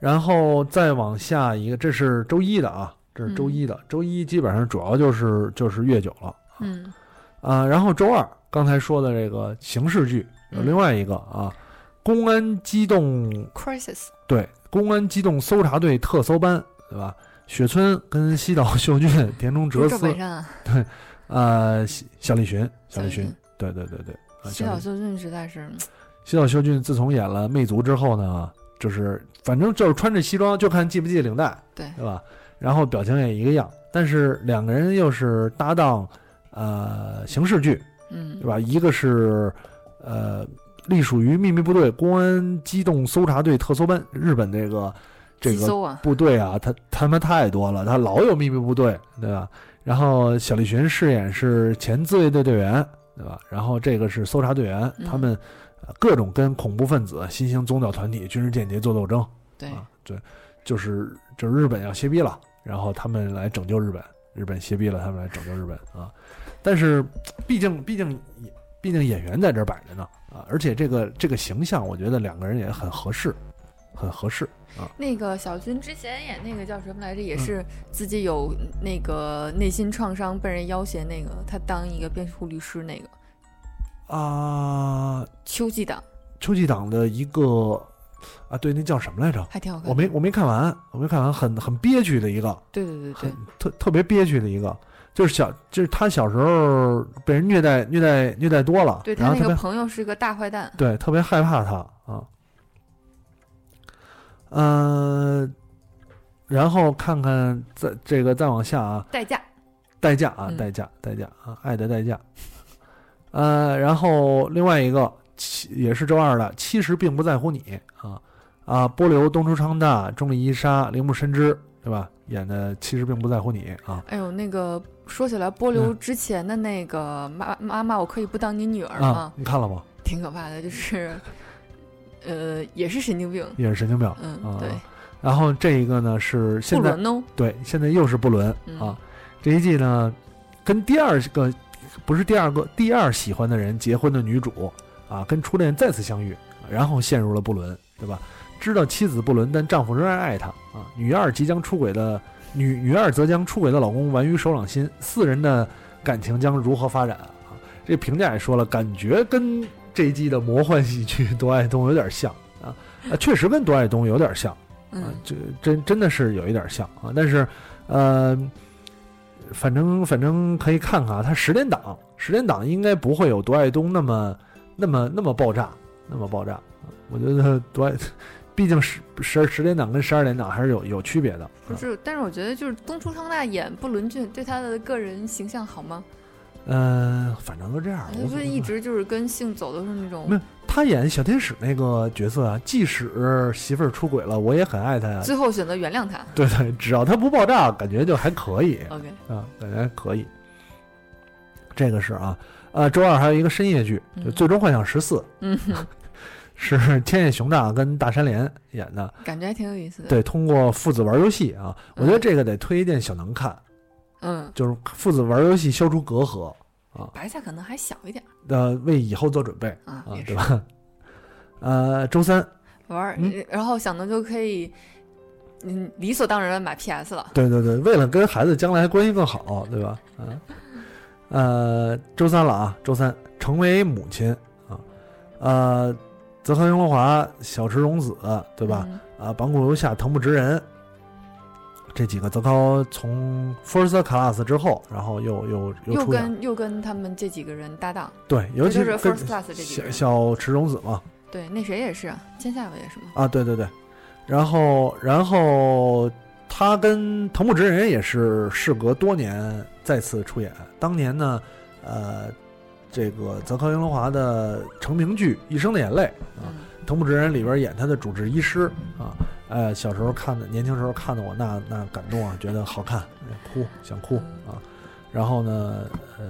然后再往下一个，这是周一的啊，这是周一的，周一基本上主要就是就是月九了
嗯
啊，然后周二刚才说的这个刑事剧有
嗯
另外一个啊，公安机动
，Crisis，
对，公安机动搜查队特搜班，对吧？雪村跟西岛秀俊、田中
不
哲
是赵
司
本，山啊，
呃，小小栗旬，小栗
小栗
旬
旬，
对对对对，啊，
西
小栗
岛秀俊实在是，
西岛秀俊自从演了《魅族》之后呢，就是反正就是穿着西装，就看系不系领带，
对
对吧？然后表情也一个样，但是两个人又是搭档，呃，刑事剧，
嗯
对，吧？一个是呃，隶属于秘密部队公安机动搜查队特搜班，日本这个这
激
个
搜啊，
部队啊，他他们太多了，他老有秘密部队，对吧？然后小栗旬饰演是前自卫队队员，对吧？然后这个是搜查队员，
嗯
他们呃各种跟恐怖分子、新兴宗教团体、军事间谍做斗争
对，
啊，对，就是就是日本要歇逼了，然后他们来拯救日本，日本歇逼了，他们来拯救日本啊。但是毕竟毕竟毕竟演员在这儿摆着呢啊，而且这个这个形象，我觉得两个人也很合适，很合适。
那个小军之前演那个叫什么来着，
嗯
也是自己有那个内心创伤被人要挟那个，他当一个辩护律师那个
啊、
秋季档
秋季档的一个啊，对，那叫什么来着？
还挺好看的，
我没我没看完，我没看完，很很憋屈的一个，
对对对
很
对，
特特别憋屈的一个，就是小就是他小时候被人虐待虐待虐待多了，
对
然后
他那
特
个
别
朋友是个大坏蛋，
对特别害怕他啊，呃，然后看看再这个再往下啊，
代驾，
代价啊，
嗯
代价，代价啊，爱的代价。 呃，然后另外一个其也是周二的，其实并不在乎你啊啊，波流、东出昌大、钟丽伊莎、铃木伸之，对吧？演的其实并不在乎你啊
哎呦那个说起来波
嗯
流之前的那个妈妈妈，我可以不当你女儿
啊
吗，？
你看了吗？
挺可怕的，就是，呃，也是神经病，
也是神经病。
嗯，
啊
对，
然后这一个呢是
布
现在
伦哦，
对，现在又是布伦
嗯
啊，这一季呢跟第二个不是第二个第二喜欢的人结婚的女主啊，跟初恋再次相遇，然后陷入了不伦，对吧？知道妻子不伦，但丈夫仍然爱她啊。女二即将出轨的女女二则将出轨的老公玩于手掌心，四人的感情将如何发展啊？这评价也说了，感觉跟这一季的魔幻喜剧 《夺爱东》有点像啊，啊，确实跟《夺爱东》有点像啊
嗯，
这真真的是有一点像啊，但是呃，反正反正可以看看啊，它十连档，十连档应该不会有《夺爱东》那么那么那么爆炸，那么爆炸。啊我觉得《夺爱》，毕竟十十十连档跟十二连档还是有有区别的。啊
不是，但是我觉得就是东出昌大演布伦俊，对他的个人形象好吗？
嗯、呃，反正都这样。
他
我
不是一直就是跟性走的是那
没有
种，
他演小天使那个角色啊，即使媳妇儿出轨了，我也很爱他呀。
最后选择原谅他。
对对，只要他不爆炸，感觉就还可以
OK，
啊，感觉还可以。这个是啊，呃，周二还有一个深夜剧，就《
嗯
最终幻想十 四》，
嗯，
是天野雄大跟大山连演的。
感觉还挺有意思的。，
对，通过父子玩游戏啊，我觉得
嗯
这个得推荐小能看，
嗯，
就是父子玩游戏消除隔阂，
白菜可能还小一点
呃，为以后做准备
啊
啊，
也
对
是
吧？呃，周三
玩儿
嗯，
然后想的就可以，嗯，理所当然的买 PS 了。
对对对，为了跟孩子将来关系更好，对吧？嗯，呃，周三了啊，周三成为母亲啊，呃，泽和英龙华、小池荣子，对吧？
嗯？
啊，板谷由下、藤木直人这几个泽高从 First Class 之后，然后又又
又
出演，
跟又跟他们这几个人搭档，
对，尤其
这就是
跟
First Class 这几
小
个人。
小池荣子嘛，
对，那谁也是啊，千夏不也是吗？
啊，对对对，然后然后他跟藤木直人也是事隔多年再次出演。当年呢，呃，这个泽克英龙华的成名剧《一生的眼泪》啊，
嗯，
藤木直人里边演他的主治医师啊，呃，小时候看的，年轻时候看的我那那感动啊，觉得好看，哎哭想哭啊。然后呢，呃，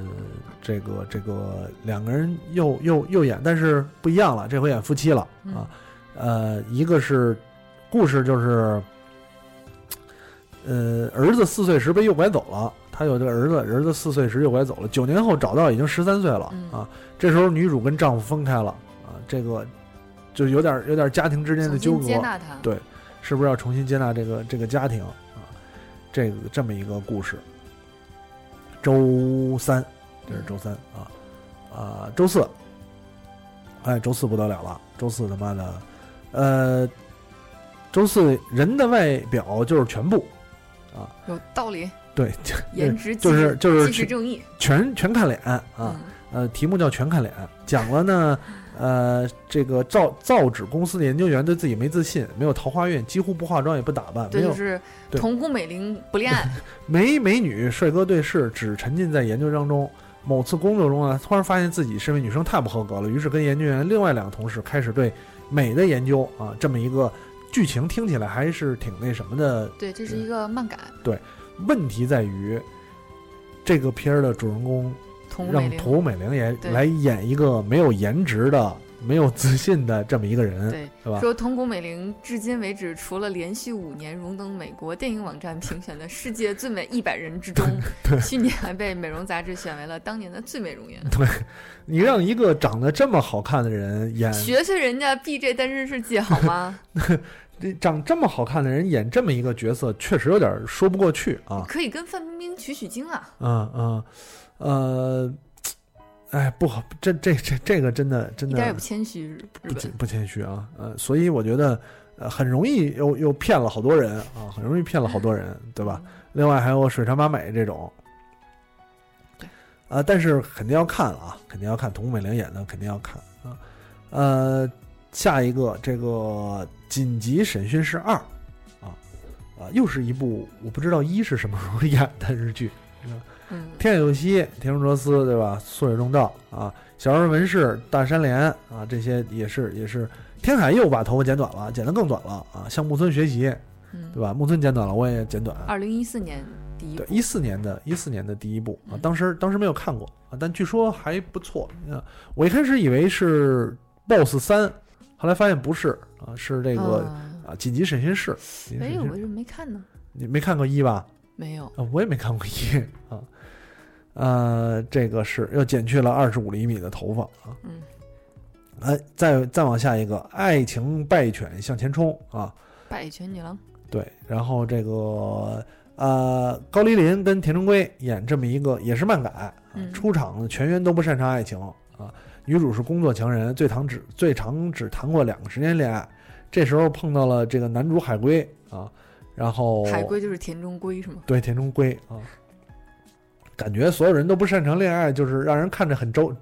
这个这个两个人又又又演，但是不一样了，这回演夫妻了
嗯
啊。呃，一个是故事就是，呃，儿子四岁时被诱拐走了，他有这个儿子，儿子四岁时诱拐走了，九年后找到已经十三岁了、
嗯
啊。这时候女主跟丈夫分开了啊，这个就有点有点家庭之间的
重
纠
新
葛，
接纳他。
对是不是要重新接纳这个这个家庭啊？这个这么一个故事。周三，这是周三啊，啊、周四，哎，周四不得了了，周四他妈的，呃，周四人的外表就是全部，
有道理，
对，
颜值即
就是就是
即是正义
全全看脸啊。
嗯
呃，题目叫“全看脸”，讲了呢，呃，这个造造纸公司的研究员对自己没自信，没有桃花运，几乎不化妆也不打扮，没
对，
有
就是
对
同工美龄不恋爱，
没美女帅哥对视，只沉浸在研究当中。某次工作中啊，突然发现自己身为女生太不合格了，于是跟研究员另外两个同事开始对美的研究啊，这么一个剧情听起来还是挺那什么的。
对，这是一个漫改
问题在于，这个片儿的主人公
同工
让
美龄，
涂美玲也
对
来演一个没有颜值的、没有自信的这么一个人，
对，
是吧？
说桐谷美玲至今为止，除了连续五年荣登美国电影网站评选的世界最美一百人 之中，去年还被美容杂志选为了当年的最美容 颜。
你让一个长得这么好看的人演，
学学人家 BJ 单身世界好吗？
长这么好看的人演这么一个角色，确实有点说不过去 啊。
可以跟范冰冰取取经啊！
嗯嗯，呃，哎，不好，这这这这个真的真
一
的
点也不谦虚，日
不
日
谦
本。
不谦虚啊，呃，所以我觉得呃很容易又又骗了好多人啊，很容易骗了好多人，
嗯
对吧？另外还有水上马美这种，
对，
呃，但是肯定要看啊，肯定要看，童美玲演的肯定要看啊，呃，下一个这个紧急审讯室二啊啊，又是一部我不知道一是什么时候演的日剧，
嗯，
天野佑希、田中哲司，对吧？素水中道啊，小日文士、大山连啊，这些也是也是。天海又把头发剪短了，剪得更短了啊，向木村学习，
嗯
对吧？木村剪短了，我也剪短。
二零一四年第一
对
部，
一四年的一四年的第一部啊，
嗯
当时当时没有看过啊，但据说还不错啊。我一开始以为是 BOSS 三，后来发现不是啊，是这个
啊
啊紧急审讯室。紧急
哎
审
呦，
讯
我
室
怎么没看呢？
你没看过一吧？
没有，
啊，我也没看过一啊，呃，这个是又剪去了二十五厘米的头发啊，
嗯，
哎，再再往下一个，爱情败犬向前冲啊，
百拳女郎，
对，然后这个呃，高梨临跟田中圭演这么一个也是漫改，啊
嗯
出场的全员都不擅长爱情啊，女主是工作强人，最长只最长只谈过两个时间恋爱。这时候碰到了这个男主海龟啊，然后
海龟就是田中龟是吗？
对田中圭啊，感觉所有人都不擅长恋爱，就是让人看着很着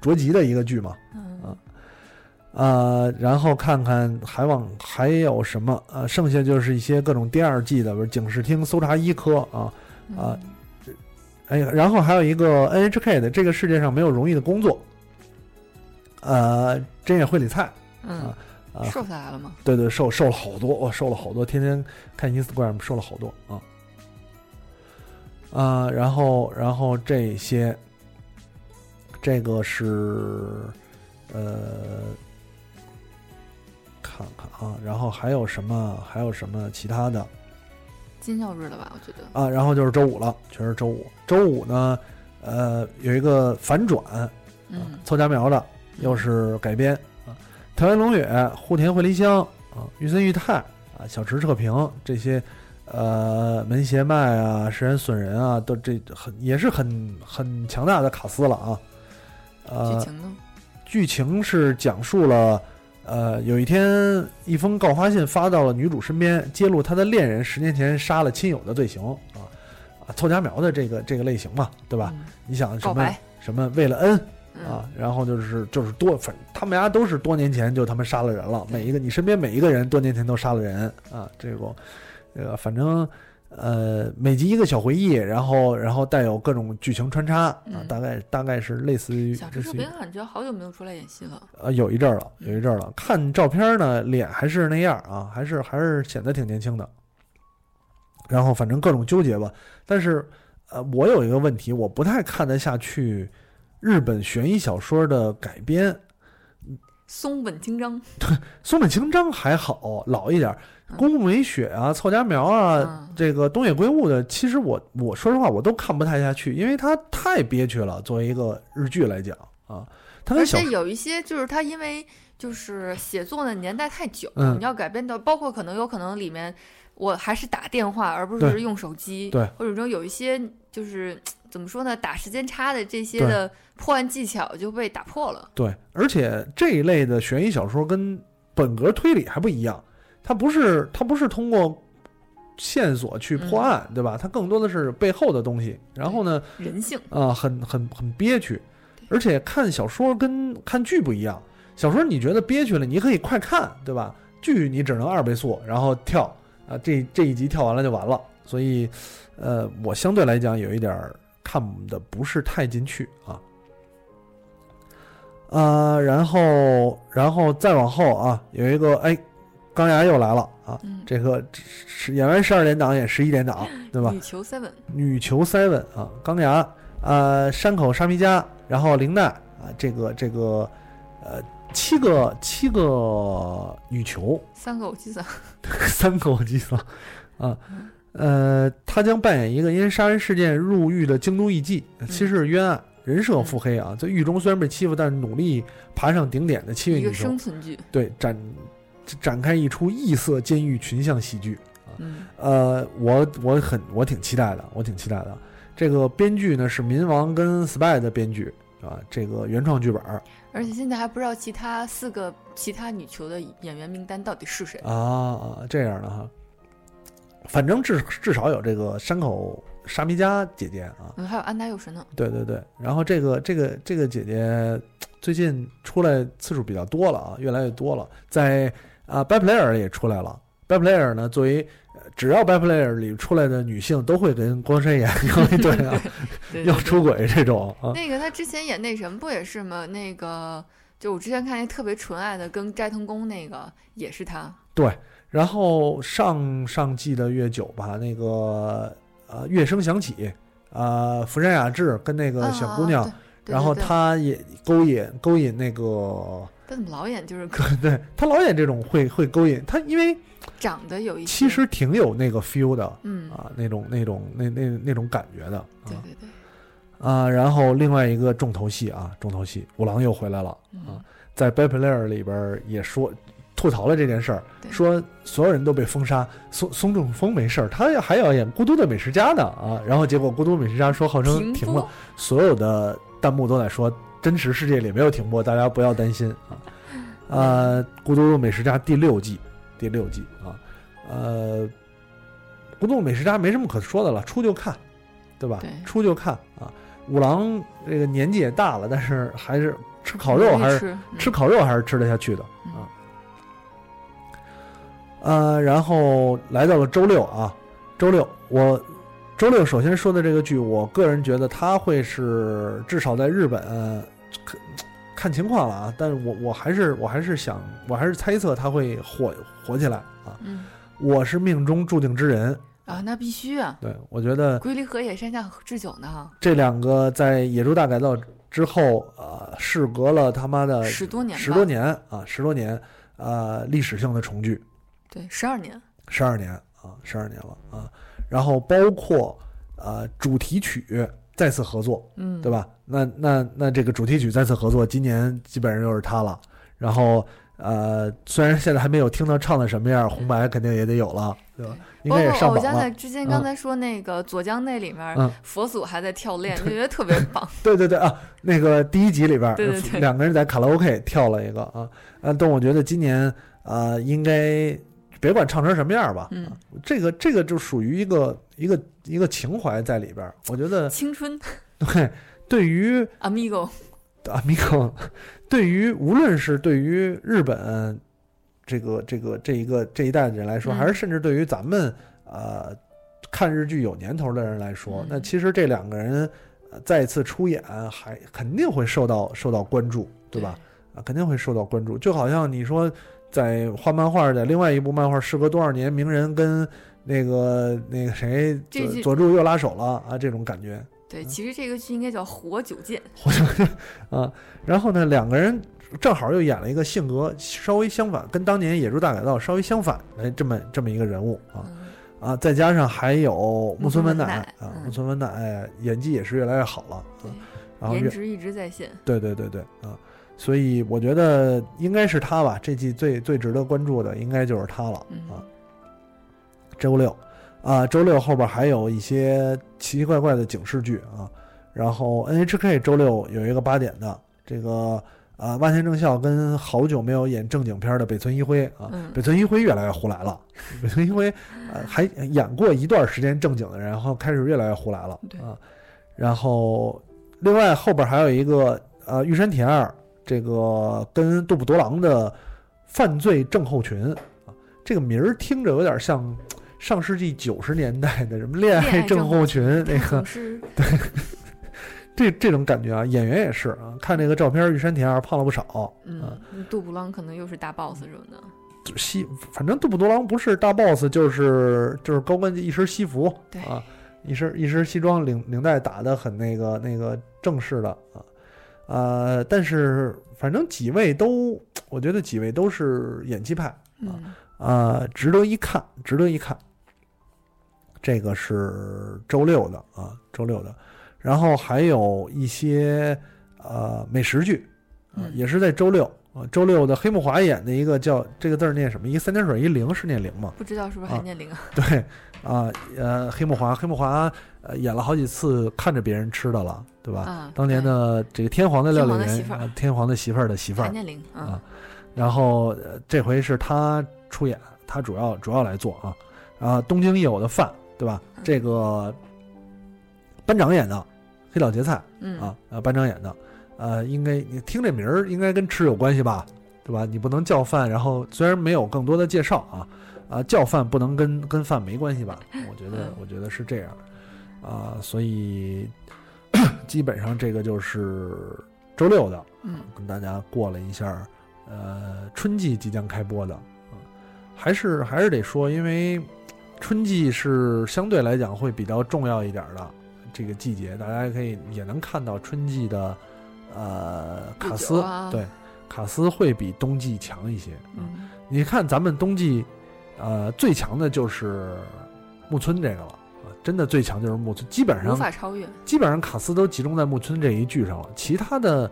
着急的一个剧嘛。
嗯
啊呃，然后看看还往还有什么呃，剩下就是一些各种第二季的，比如警视厅、搜查一科啊，啊
嗯
哎，然后还有一个 NHK 的，这个世界上没有容易的工作，呃，真也会理财
嗯，
啊，
瘦下来了吗？
对对，瘦瘦了好多，我、瘦了好多，天天看 Instagram 瘦了好多啊啊，然后然后这些，这个是呃，看看啊，然后还有什么还有什么其他的
今宵日了吧？我觉得
啊？然后就是周五了，全是周五。周五呢，呃，有一个反转，
嗯，
凑佳苗的，又是改编啊，藤原龙也、户田惠梨香啊、玉森裕太啊、小池彻平这些，呃，门胁麦啊、石原隼人啊，都这很也是很很强大的卡司了啊。呃
剧，情呢？
剧情是讲述了，呃，有一天一封告发信发到了女主身边，揭露她的恋人十年前杀了亲友的罪行啊啊，凑佳苗的这个这个类型嘛，对吧？
嗯？
你想什
告
么
白
什么为了恩
嗯
啊，然后就是就是多，反他们家都是多年前就他们杀了人了，每一个你身边每一个人多年前都杀了人啊，这种，呃，反正呃，每集一个小回忆，然后然后带有各种剧情穿插啊，
嗯
大概大概是类似于
小
类
池
似
彻
于
平感觉好久没有出来演戏了。
呃有一阵儿了，
嗯
有一阵儿了，看照片呢，脸还是那样啊，还是还是显得挺年轻的，然后反正各种纠结吧，但是呃，我有一个问题，我不太看得下去日本悬疑小说的改编。
松本清张，
松本清张还好，老一点儿
嗯，
宫部美雪啊、凑佳苗啊，
嗯，
这个东野圭吾的，其实我我说实话，我都看不太下去，因为他太憋屈了。作为一个日剧来讲啊，他
而
跟小
且有一些就是他因为就是写作的年代太久，
嗯
你要改编的，包括可能有可能里面我还是打电话而不是
对
用手机，
对
或者说有一些就是怎么说呢，打时间差的这些
对
的破案技巧就被打破了。
对，而且这一类的悬疑小说跟本格推理还不一样，它不是它不是通过线索去破
嗯
案，对吧？它更多的是背后的东西。然后呢，
人性，
啊、很很很憋屈，而且看小说跟看剧不一样，小说你觉得憋屈了，你可以快看，对吧？剧你只能二倍速，然后跳啊、这这一集跳完了就完了，所以，呃，我相对来讲有一点儿看的不是太进去啊。啊、然后，然后再往后啊，有一个哎，钢牙又来了啊，
嗯，
这个这是演完十二点档也十一点档，对吧？
女球 seven，
女球 seven 啊，钢牙，呃，山口沙弥加，然后玲奈啊，这个这个，呃，七个七个女球，
三个我记得，
三个我记错了啊，呃，他将扮演一个因杀人事件入狱的京都艺妓，其实是冤案，人设腹黑啊，在狱中虽然被欺负，但是努力爬上顶点的七位
一
女
个
球
生，存剧，
对展展开一出异色监狱群像喜剧。
嗯
呃，我我很我挺期待的，我挺期待的。这个编剧呢是《民王》跟《spy》的编剧啊，这个原创剧本儿
而且现在还不知道其他四个其他女球的演员名单到底是谁。
啊啊，这样的哈。反正至至少有这个山口沙弥加姐姐啊，
嗯，还有安达佑神呢，
对对对。然后这个这个这个姐姐最近出来次数比较多了啊，越来越多了。在啊，Bad Player 也出来了。Bad Player 呢，作为呃只要 Bad Player 里出来的女性，都会跟光山岩成为 对啊，
对
要
对对
出轨这种啊。
那个他之前演那什么不也是吗？那个就我之前看那特别纯爱的，跟斋藤工那个也是他。
然后上上季的月九吧，那个呃乐声响起，呃福山雅治跟那个
啊
小姑娘，，
啊对对
然后
对对
她也勾引勾引那个，
他怎么老演就是可
对她老演这种会会勾引她，因为
长得有一些
其实挺有那个 feel 的
嗯，
啊，那种那种那那那种感觉的
对
啊
对对，
啊。然后另外一个重头戏啊，重头戏五郎又回来了啊
嗯，
在《Bad Player》里边也说吐槽了这件事儿，
对
说所有人都被封杀，松松中风没事儿，他还要演《孤独的美食家》呢啊！然后结果《孤独美食家》说号称
停
停
播
了，所有的弹幕都在说真实世界里没有停播，大家不要担心 啊。呃，《孤独的美食家》第六季，第六季啊，呃，《孤独的美食家》没什么可说的了，出就看，对吧？
对
出就看啊。五郎这个年纪也大了，但是还是吃烤肉还是
是
吃烤肉还是吃得下去的啊。呃，然后来到了周六啊，周六我周六首先说的这个剧，我个人觉得它会是至少在日本、呃看看情况了啊，但是我我还是我还是想我还是猜测它会火火起来啊。
嗯
我是命中注定之人，
啊，那必须啊！
对我觉得
龟梨和也山下智久呢，
这两个在野猪大改造之后，呃，事隔了他妈的
十多年吧，
呃十多年啊，十多年，呃，历史性的重聚，
对，十二年，
十二年啊，十二年了啊。然后包括呃主题曲再次合作，
嗯，
对？吧？那那那这个主题曲再次合作，今年基本上又是他了。然后呃，虽然现在还没有听到唱的什么样，红白肯定也得有了，对吧？应
包
该也
括
上
我
榜
想起来
了。
之前
嗯
刚才说那个左江那里面
嗯，
佛祖还 在跳链，就觉得特别棒。
对对对啊，那个第一集里边儿，
对对对
两个人在卡拉 OK 跳了一个啊，啊，但我觉得今年啊，应该别管唱成什么样儿吧，
嗯
啊这个这个就属于一个一个一个情怀在里边儿。我觉得
青春
对，对于
amigo，
啊 m i k o 对于无论是对于日本这个这个这一个这一代的人来说，
嗯
还是甚至对于咱们呃看日剧有年头的人来说，
嗯
那其实这两个人、呃、再次出演还肯定会受到受到关注，对吧？？啊，肯定会受到关注。就好像你说，在画漫画的另外一部漫画，时隔多少年，鸣人跟那个那个谁
这
佐
是
佐助又拉手了啊，这种感觉
对，其实这个剧应该叫《活久见》，
啊。然后呢，两个人正好又演了一个性格稍微相反，跟当年《野猪大改造》稍微相反的这么这么一个人物啊
嗯，
啊，再加上还有木村文乃
木村文乃
啊，
嗯
木村文乃演技也是越来越好了啊
对，
然后越
颜值一直在线。
对对对对啊，所以我觉得应该是他吧，这季最最值得关注的应该就是他了
嗯
啊。周六啊，周六后边还有一些奇奇怪怪的警示剧啊，然后 NHK 周六有一个八点的这个啊，万千正孝跟好久没有演正经片的北村一辉啊，
嗯
北村一辉越来越胡来了，北村一辉呃还演过一段时间正经的人，然后开始越来越胡来了
对
啊。然后另外后边还有一个呃玉山铁二这个跟杜布多郎的犯罪症候群啊，这个名儿听着有点像上世纪九十年代的什么恋爱
恋爱症
症候群那个
总是
这这种感觉啊，演员也是啊，看这个照片，玉山铁二胖了不少，啊嗯
嗯，杜布朗可能又是大 boss 什么的。
就西，反正杜布多郎不是大 boss 就是就是高跟一身西服，
对
啊，一身一身西装领领带打的很那个那个正式的啊，呃，但是反正几位都，我觉得几位都是演技派
嗯，
啊、值得一看，值得一看。这个是周六的啊，周六的，然后还有一些呃美食剧，啊，
嗯
也是在周六啊，周六的黑木华演的一个叫这个字儿念什么？一个三点水一零是念零 吗？
不知道是不是
啊
还念零啊？
对，啊，呃，黑木华，黑木华呃演了好几次看着别人吃的了，对吧？
啊，
当年的这个天皇的料理
天皇的媳
人
妇儿
啊，天皇的媳妇儿的媳妇
还
儿，
念零
啊
啊，
然后、呃这回是他出演，他主要主要来做啊啊，东京一有的饭，对吧？
嗯
这个班长演的黑岛节菜
嗯
啊，呃，班长演的，呃，应该你听这名儿应该跟吃有关系吧，对吧？你不能叫饭，然后虽然没有更多的介绍啊，啊，叫饭不能跟跟饭没关系吧？我觉得
嗯
我觉得是这样，啊，所以 基本上这个就是周六的。
嗯，
跟大家过了一下儿，呃，春季即将开播的，啊还是还是得说，因为春季是相对来讲会比较重要一点儿的这个季节，大家可以也能看到春季的呃
不
卡
久
斯，
啊
对，卡斯会比冬季强一些。啊
嗯，
你看咱们冬季，呃，最强的就是木村这个了。啊，真的最强就是木村，基本
无
上
法超越。
基本上卡斯都集中在木村这一剧上了，其他的，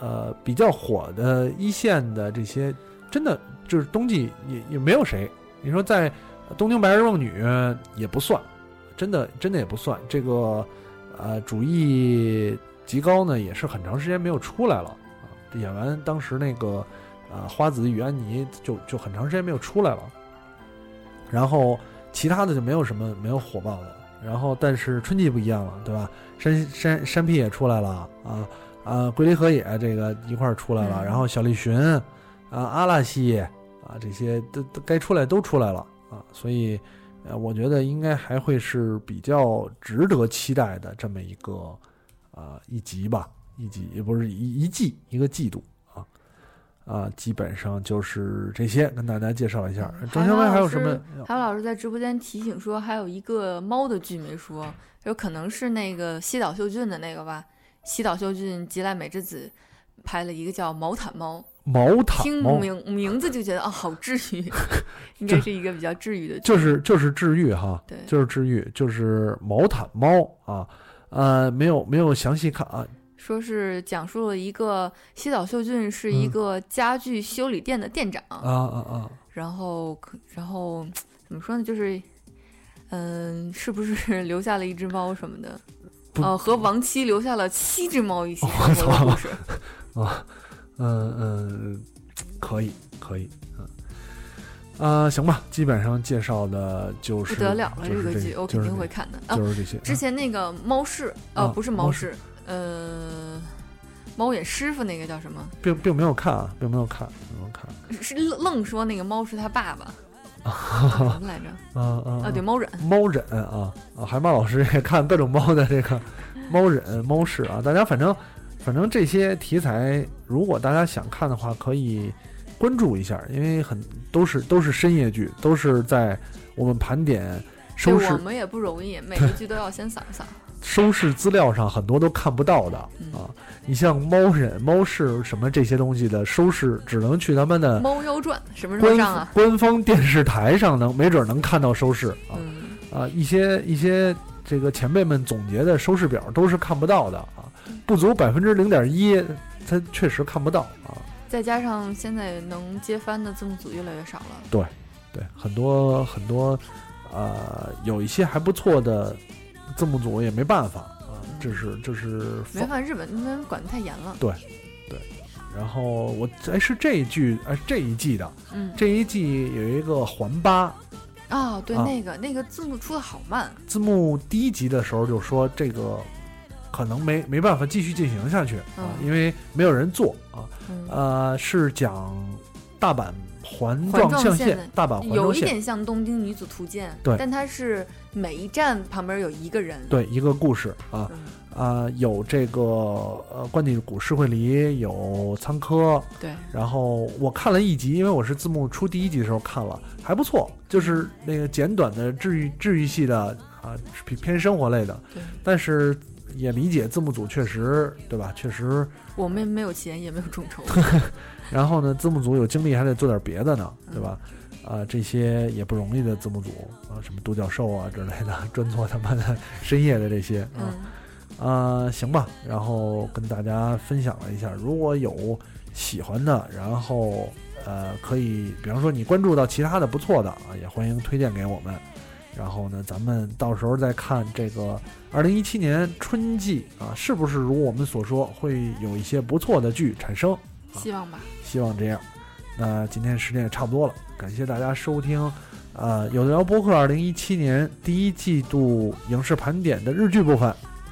呃，比较火的一线的这些，真的就是冬季也也没有谁。你说在《东京白日梦女》也不算，真的真的也不算。这个呃，主义极高呢也是很长时间没有出来了啊。演完当时那个呃花子与安妮就就很长时间没有出来了，然后其他的就没有什么没有火爆的。然后但是春季不一样了，对吧？山山山屁也出来了啊啊，龟梨和也这个一块儿出来了，
嗯
然后小栗旬啊阿拉西啊这些都都该出来都出来了啊，所以。呃，我觉得应该还会是比较值得期待的这么一个啊、一集吧，一集也不是一一季一个季度啊啊，基本上就是这些，跟大家介绍一下。
嗯
张小伟还有
老
什么
师？还有老师在直播间提醒说，还有一个猫的剧没说，有可能是那个西岛秀俊的那个吧。西岛秀俊、吉濑美智子拍了一个叫《毛毯猫
毛》，毯
听
猫
名名字就觉得啊、好治 愈，应该是一个比较治愈的剧。
就是就是治愈哈，
对
就是治愈，就是毛毯猫啊，呃，没有没有详细看啊，
说是讲述了一个西岛秀俊是一
嗯
个家具修理店的店长，
啊啊啊，
然后可然后怎么说呢，就是。嗯，是不是 留下了一只猫什么的？
不哦
哦，和亡妻留下了七只猫一起
我
生活的
操
故事。
嗯嗯，可以可以，嗯，啊、行吧，基本上介绍的就是
不得了了，
就是
个
这
剧
就
我肯
是
定
这
会看的。啊，
就是这些。
之前那个猫市，
啊
呃，不是
猫
猫市，呃，猫眼师傅那个叫什么？
并并没有看啊，并没有看，没有看。
是是愣愣说那个猫是他爸 爸，叫什么来着？
嗯嗯
啊，对，，猫忍。
猫忍啊啊，海马老师也看 各种猫的这个猫忍猫式啊，大家反正反正这些题材，如果大家想看的话，可以关注一下，因为很都是都是深夜剧，都是在我们盘点
对，
收
我
视
们也不容易， 每个剧都要先扫一扫。
收视资料上很多都看不到的
嗯
啊。你像猫忍、猫式什么这些东西的收视，只能去他们的
《猫妖传》什么时候上
官
啊？
官方电视台上能没准能看到收视啊。
嗯，
啊，一些一些这个前辈们总结的收视表都是看不到的啊，
嗯
不足百分之零点一，它确实看不到啊。
再加上现在能接番的字幕组越来越少了，
对，很多很多，呃，有一些还不错的字幕组也没办法啊，这是这是
没办法，日本那边管得太严了。
然后我哎是这一剧哎是这一季的
嗯，
这一季有一个环八，
啊，对，
啊
那个那个字幕出的好慢，
字幕第一集的时候就说这个可能没没办法继续进行下去啊，
嗯
因为没有人做啊。
嗯，
呃，是讲大阪环
环
状
状
象
线
限
的，
大阪环
有
状
一
线，
点像《东京女子图鉴》，
对
但它是每一站旁边有一个人，
对一个故事啊
嗯，
啊、有这个呃关帝谷市会里有仓科，
对，
然后我看了一集，因为我是字幕出第一集的时候看了，还不错，就是那个简短的治愈治愈系的啊，偏偏生活类的
对，
但是也理解字幕组确实对吧？确实
我们也没有钱，也没有 众筹，
然后呢，字幕组有精力还得做点别的呢，对吧？啊、这些也不容易的字幕组啊，什么独角兽啊之类的， 专做他妈的深夜的这些啊
嗯，
啊、行吧。然后跟大家分享了一下，如果有喜欢的，然后呃，可以比方说你关注到其他的不错的啊，也欢迎推荐给我们。然后呢，咱们到时候再看这个二零一七年春季啊，是不是如我们所说会有一些不错的剧产生？
希望吧，
希望这样。那今天时间也差不多了，感谢大家收听，呃，有的聊播客二零一七年第一季度影视盘点的日剧部分，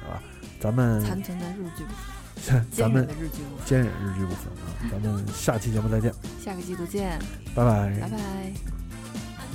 啊，咱们
残存在日剧部，
咱
坚忍
们
的日剧部，
坚忍日剧部分啊，咱们下期节目再见，
下个季度见，
拜拜。
拜拜。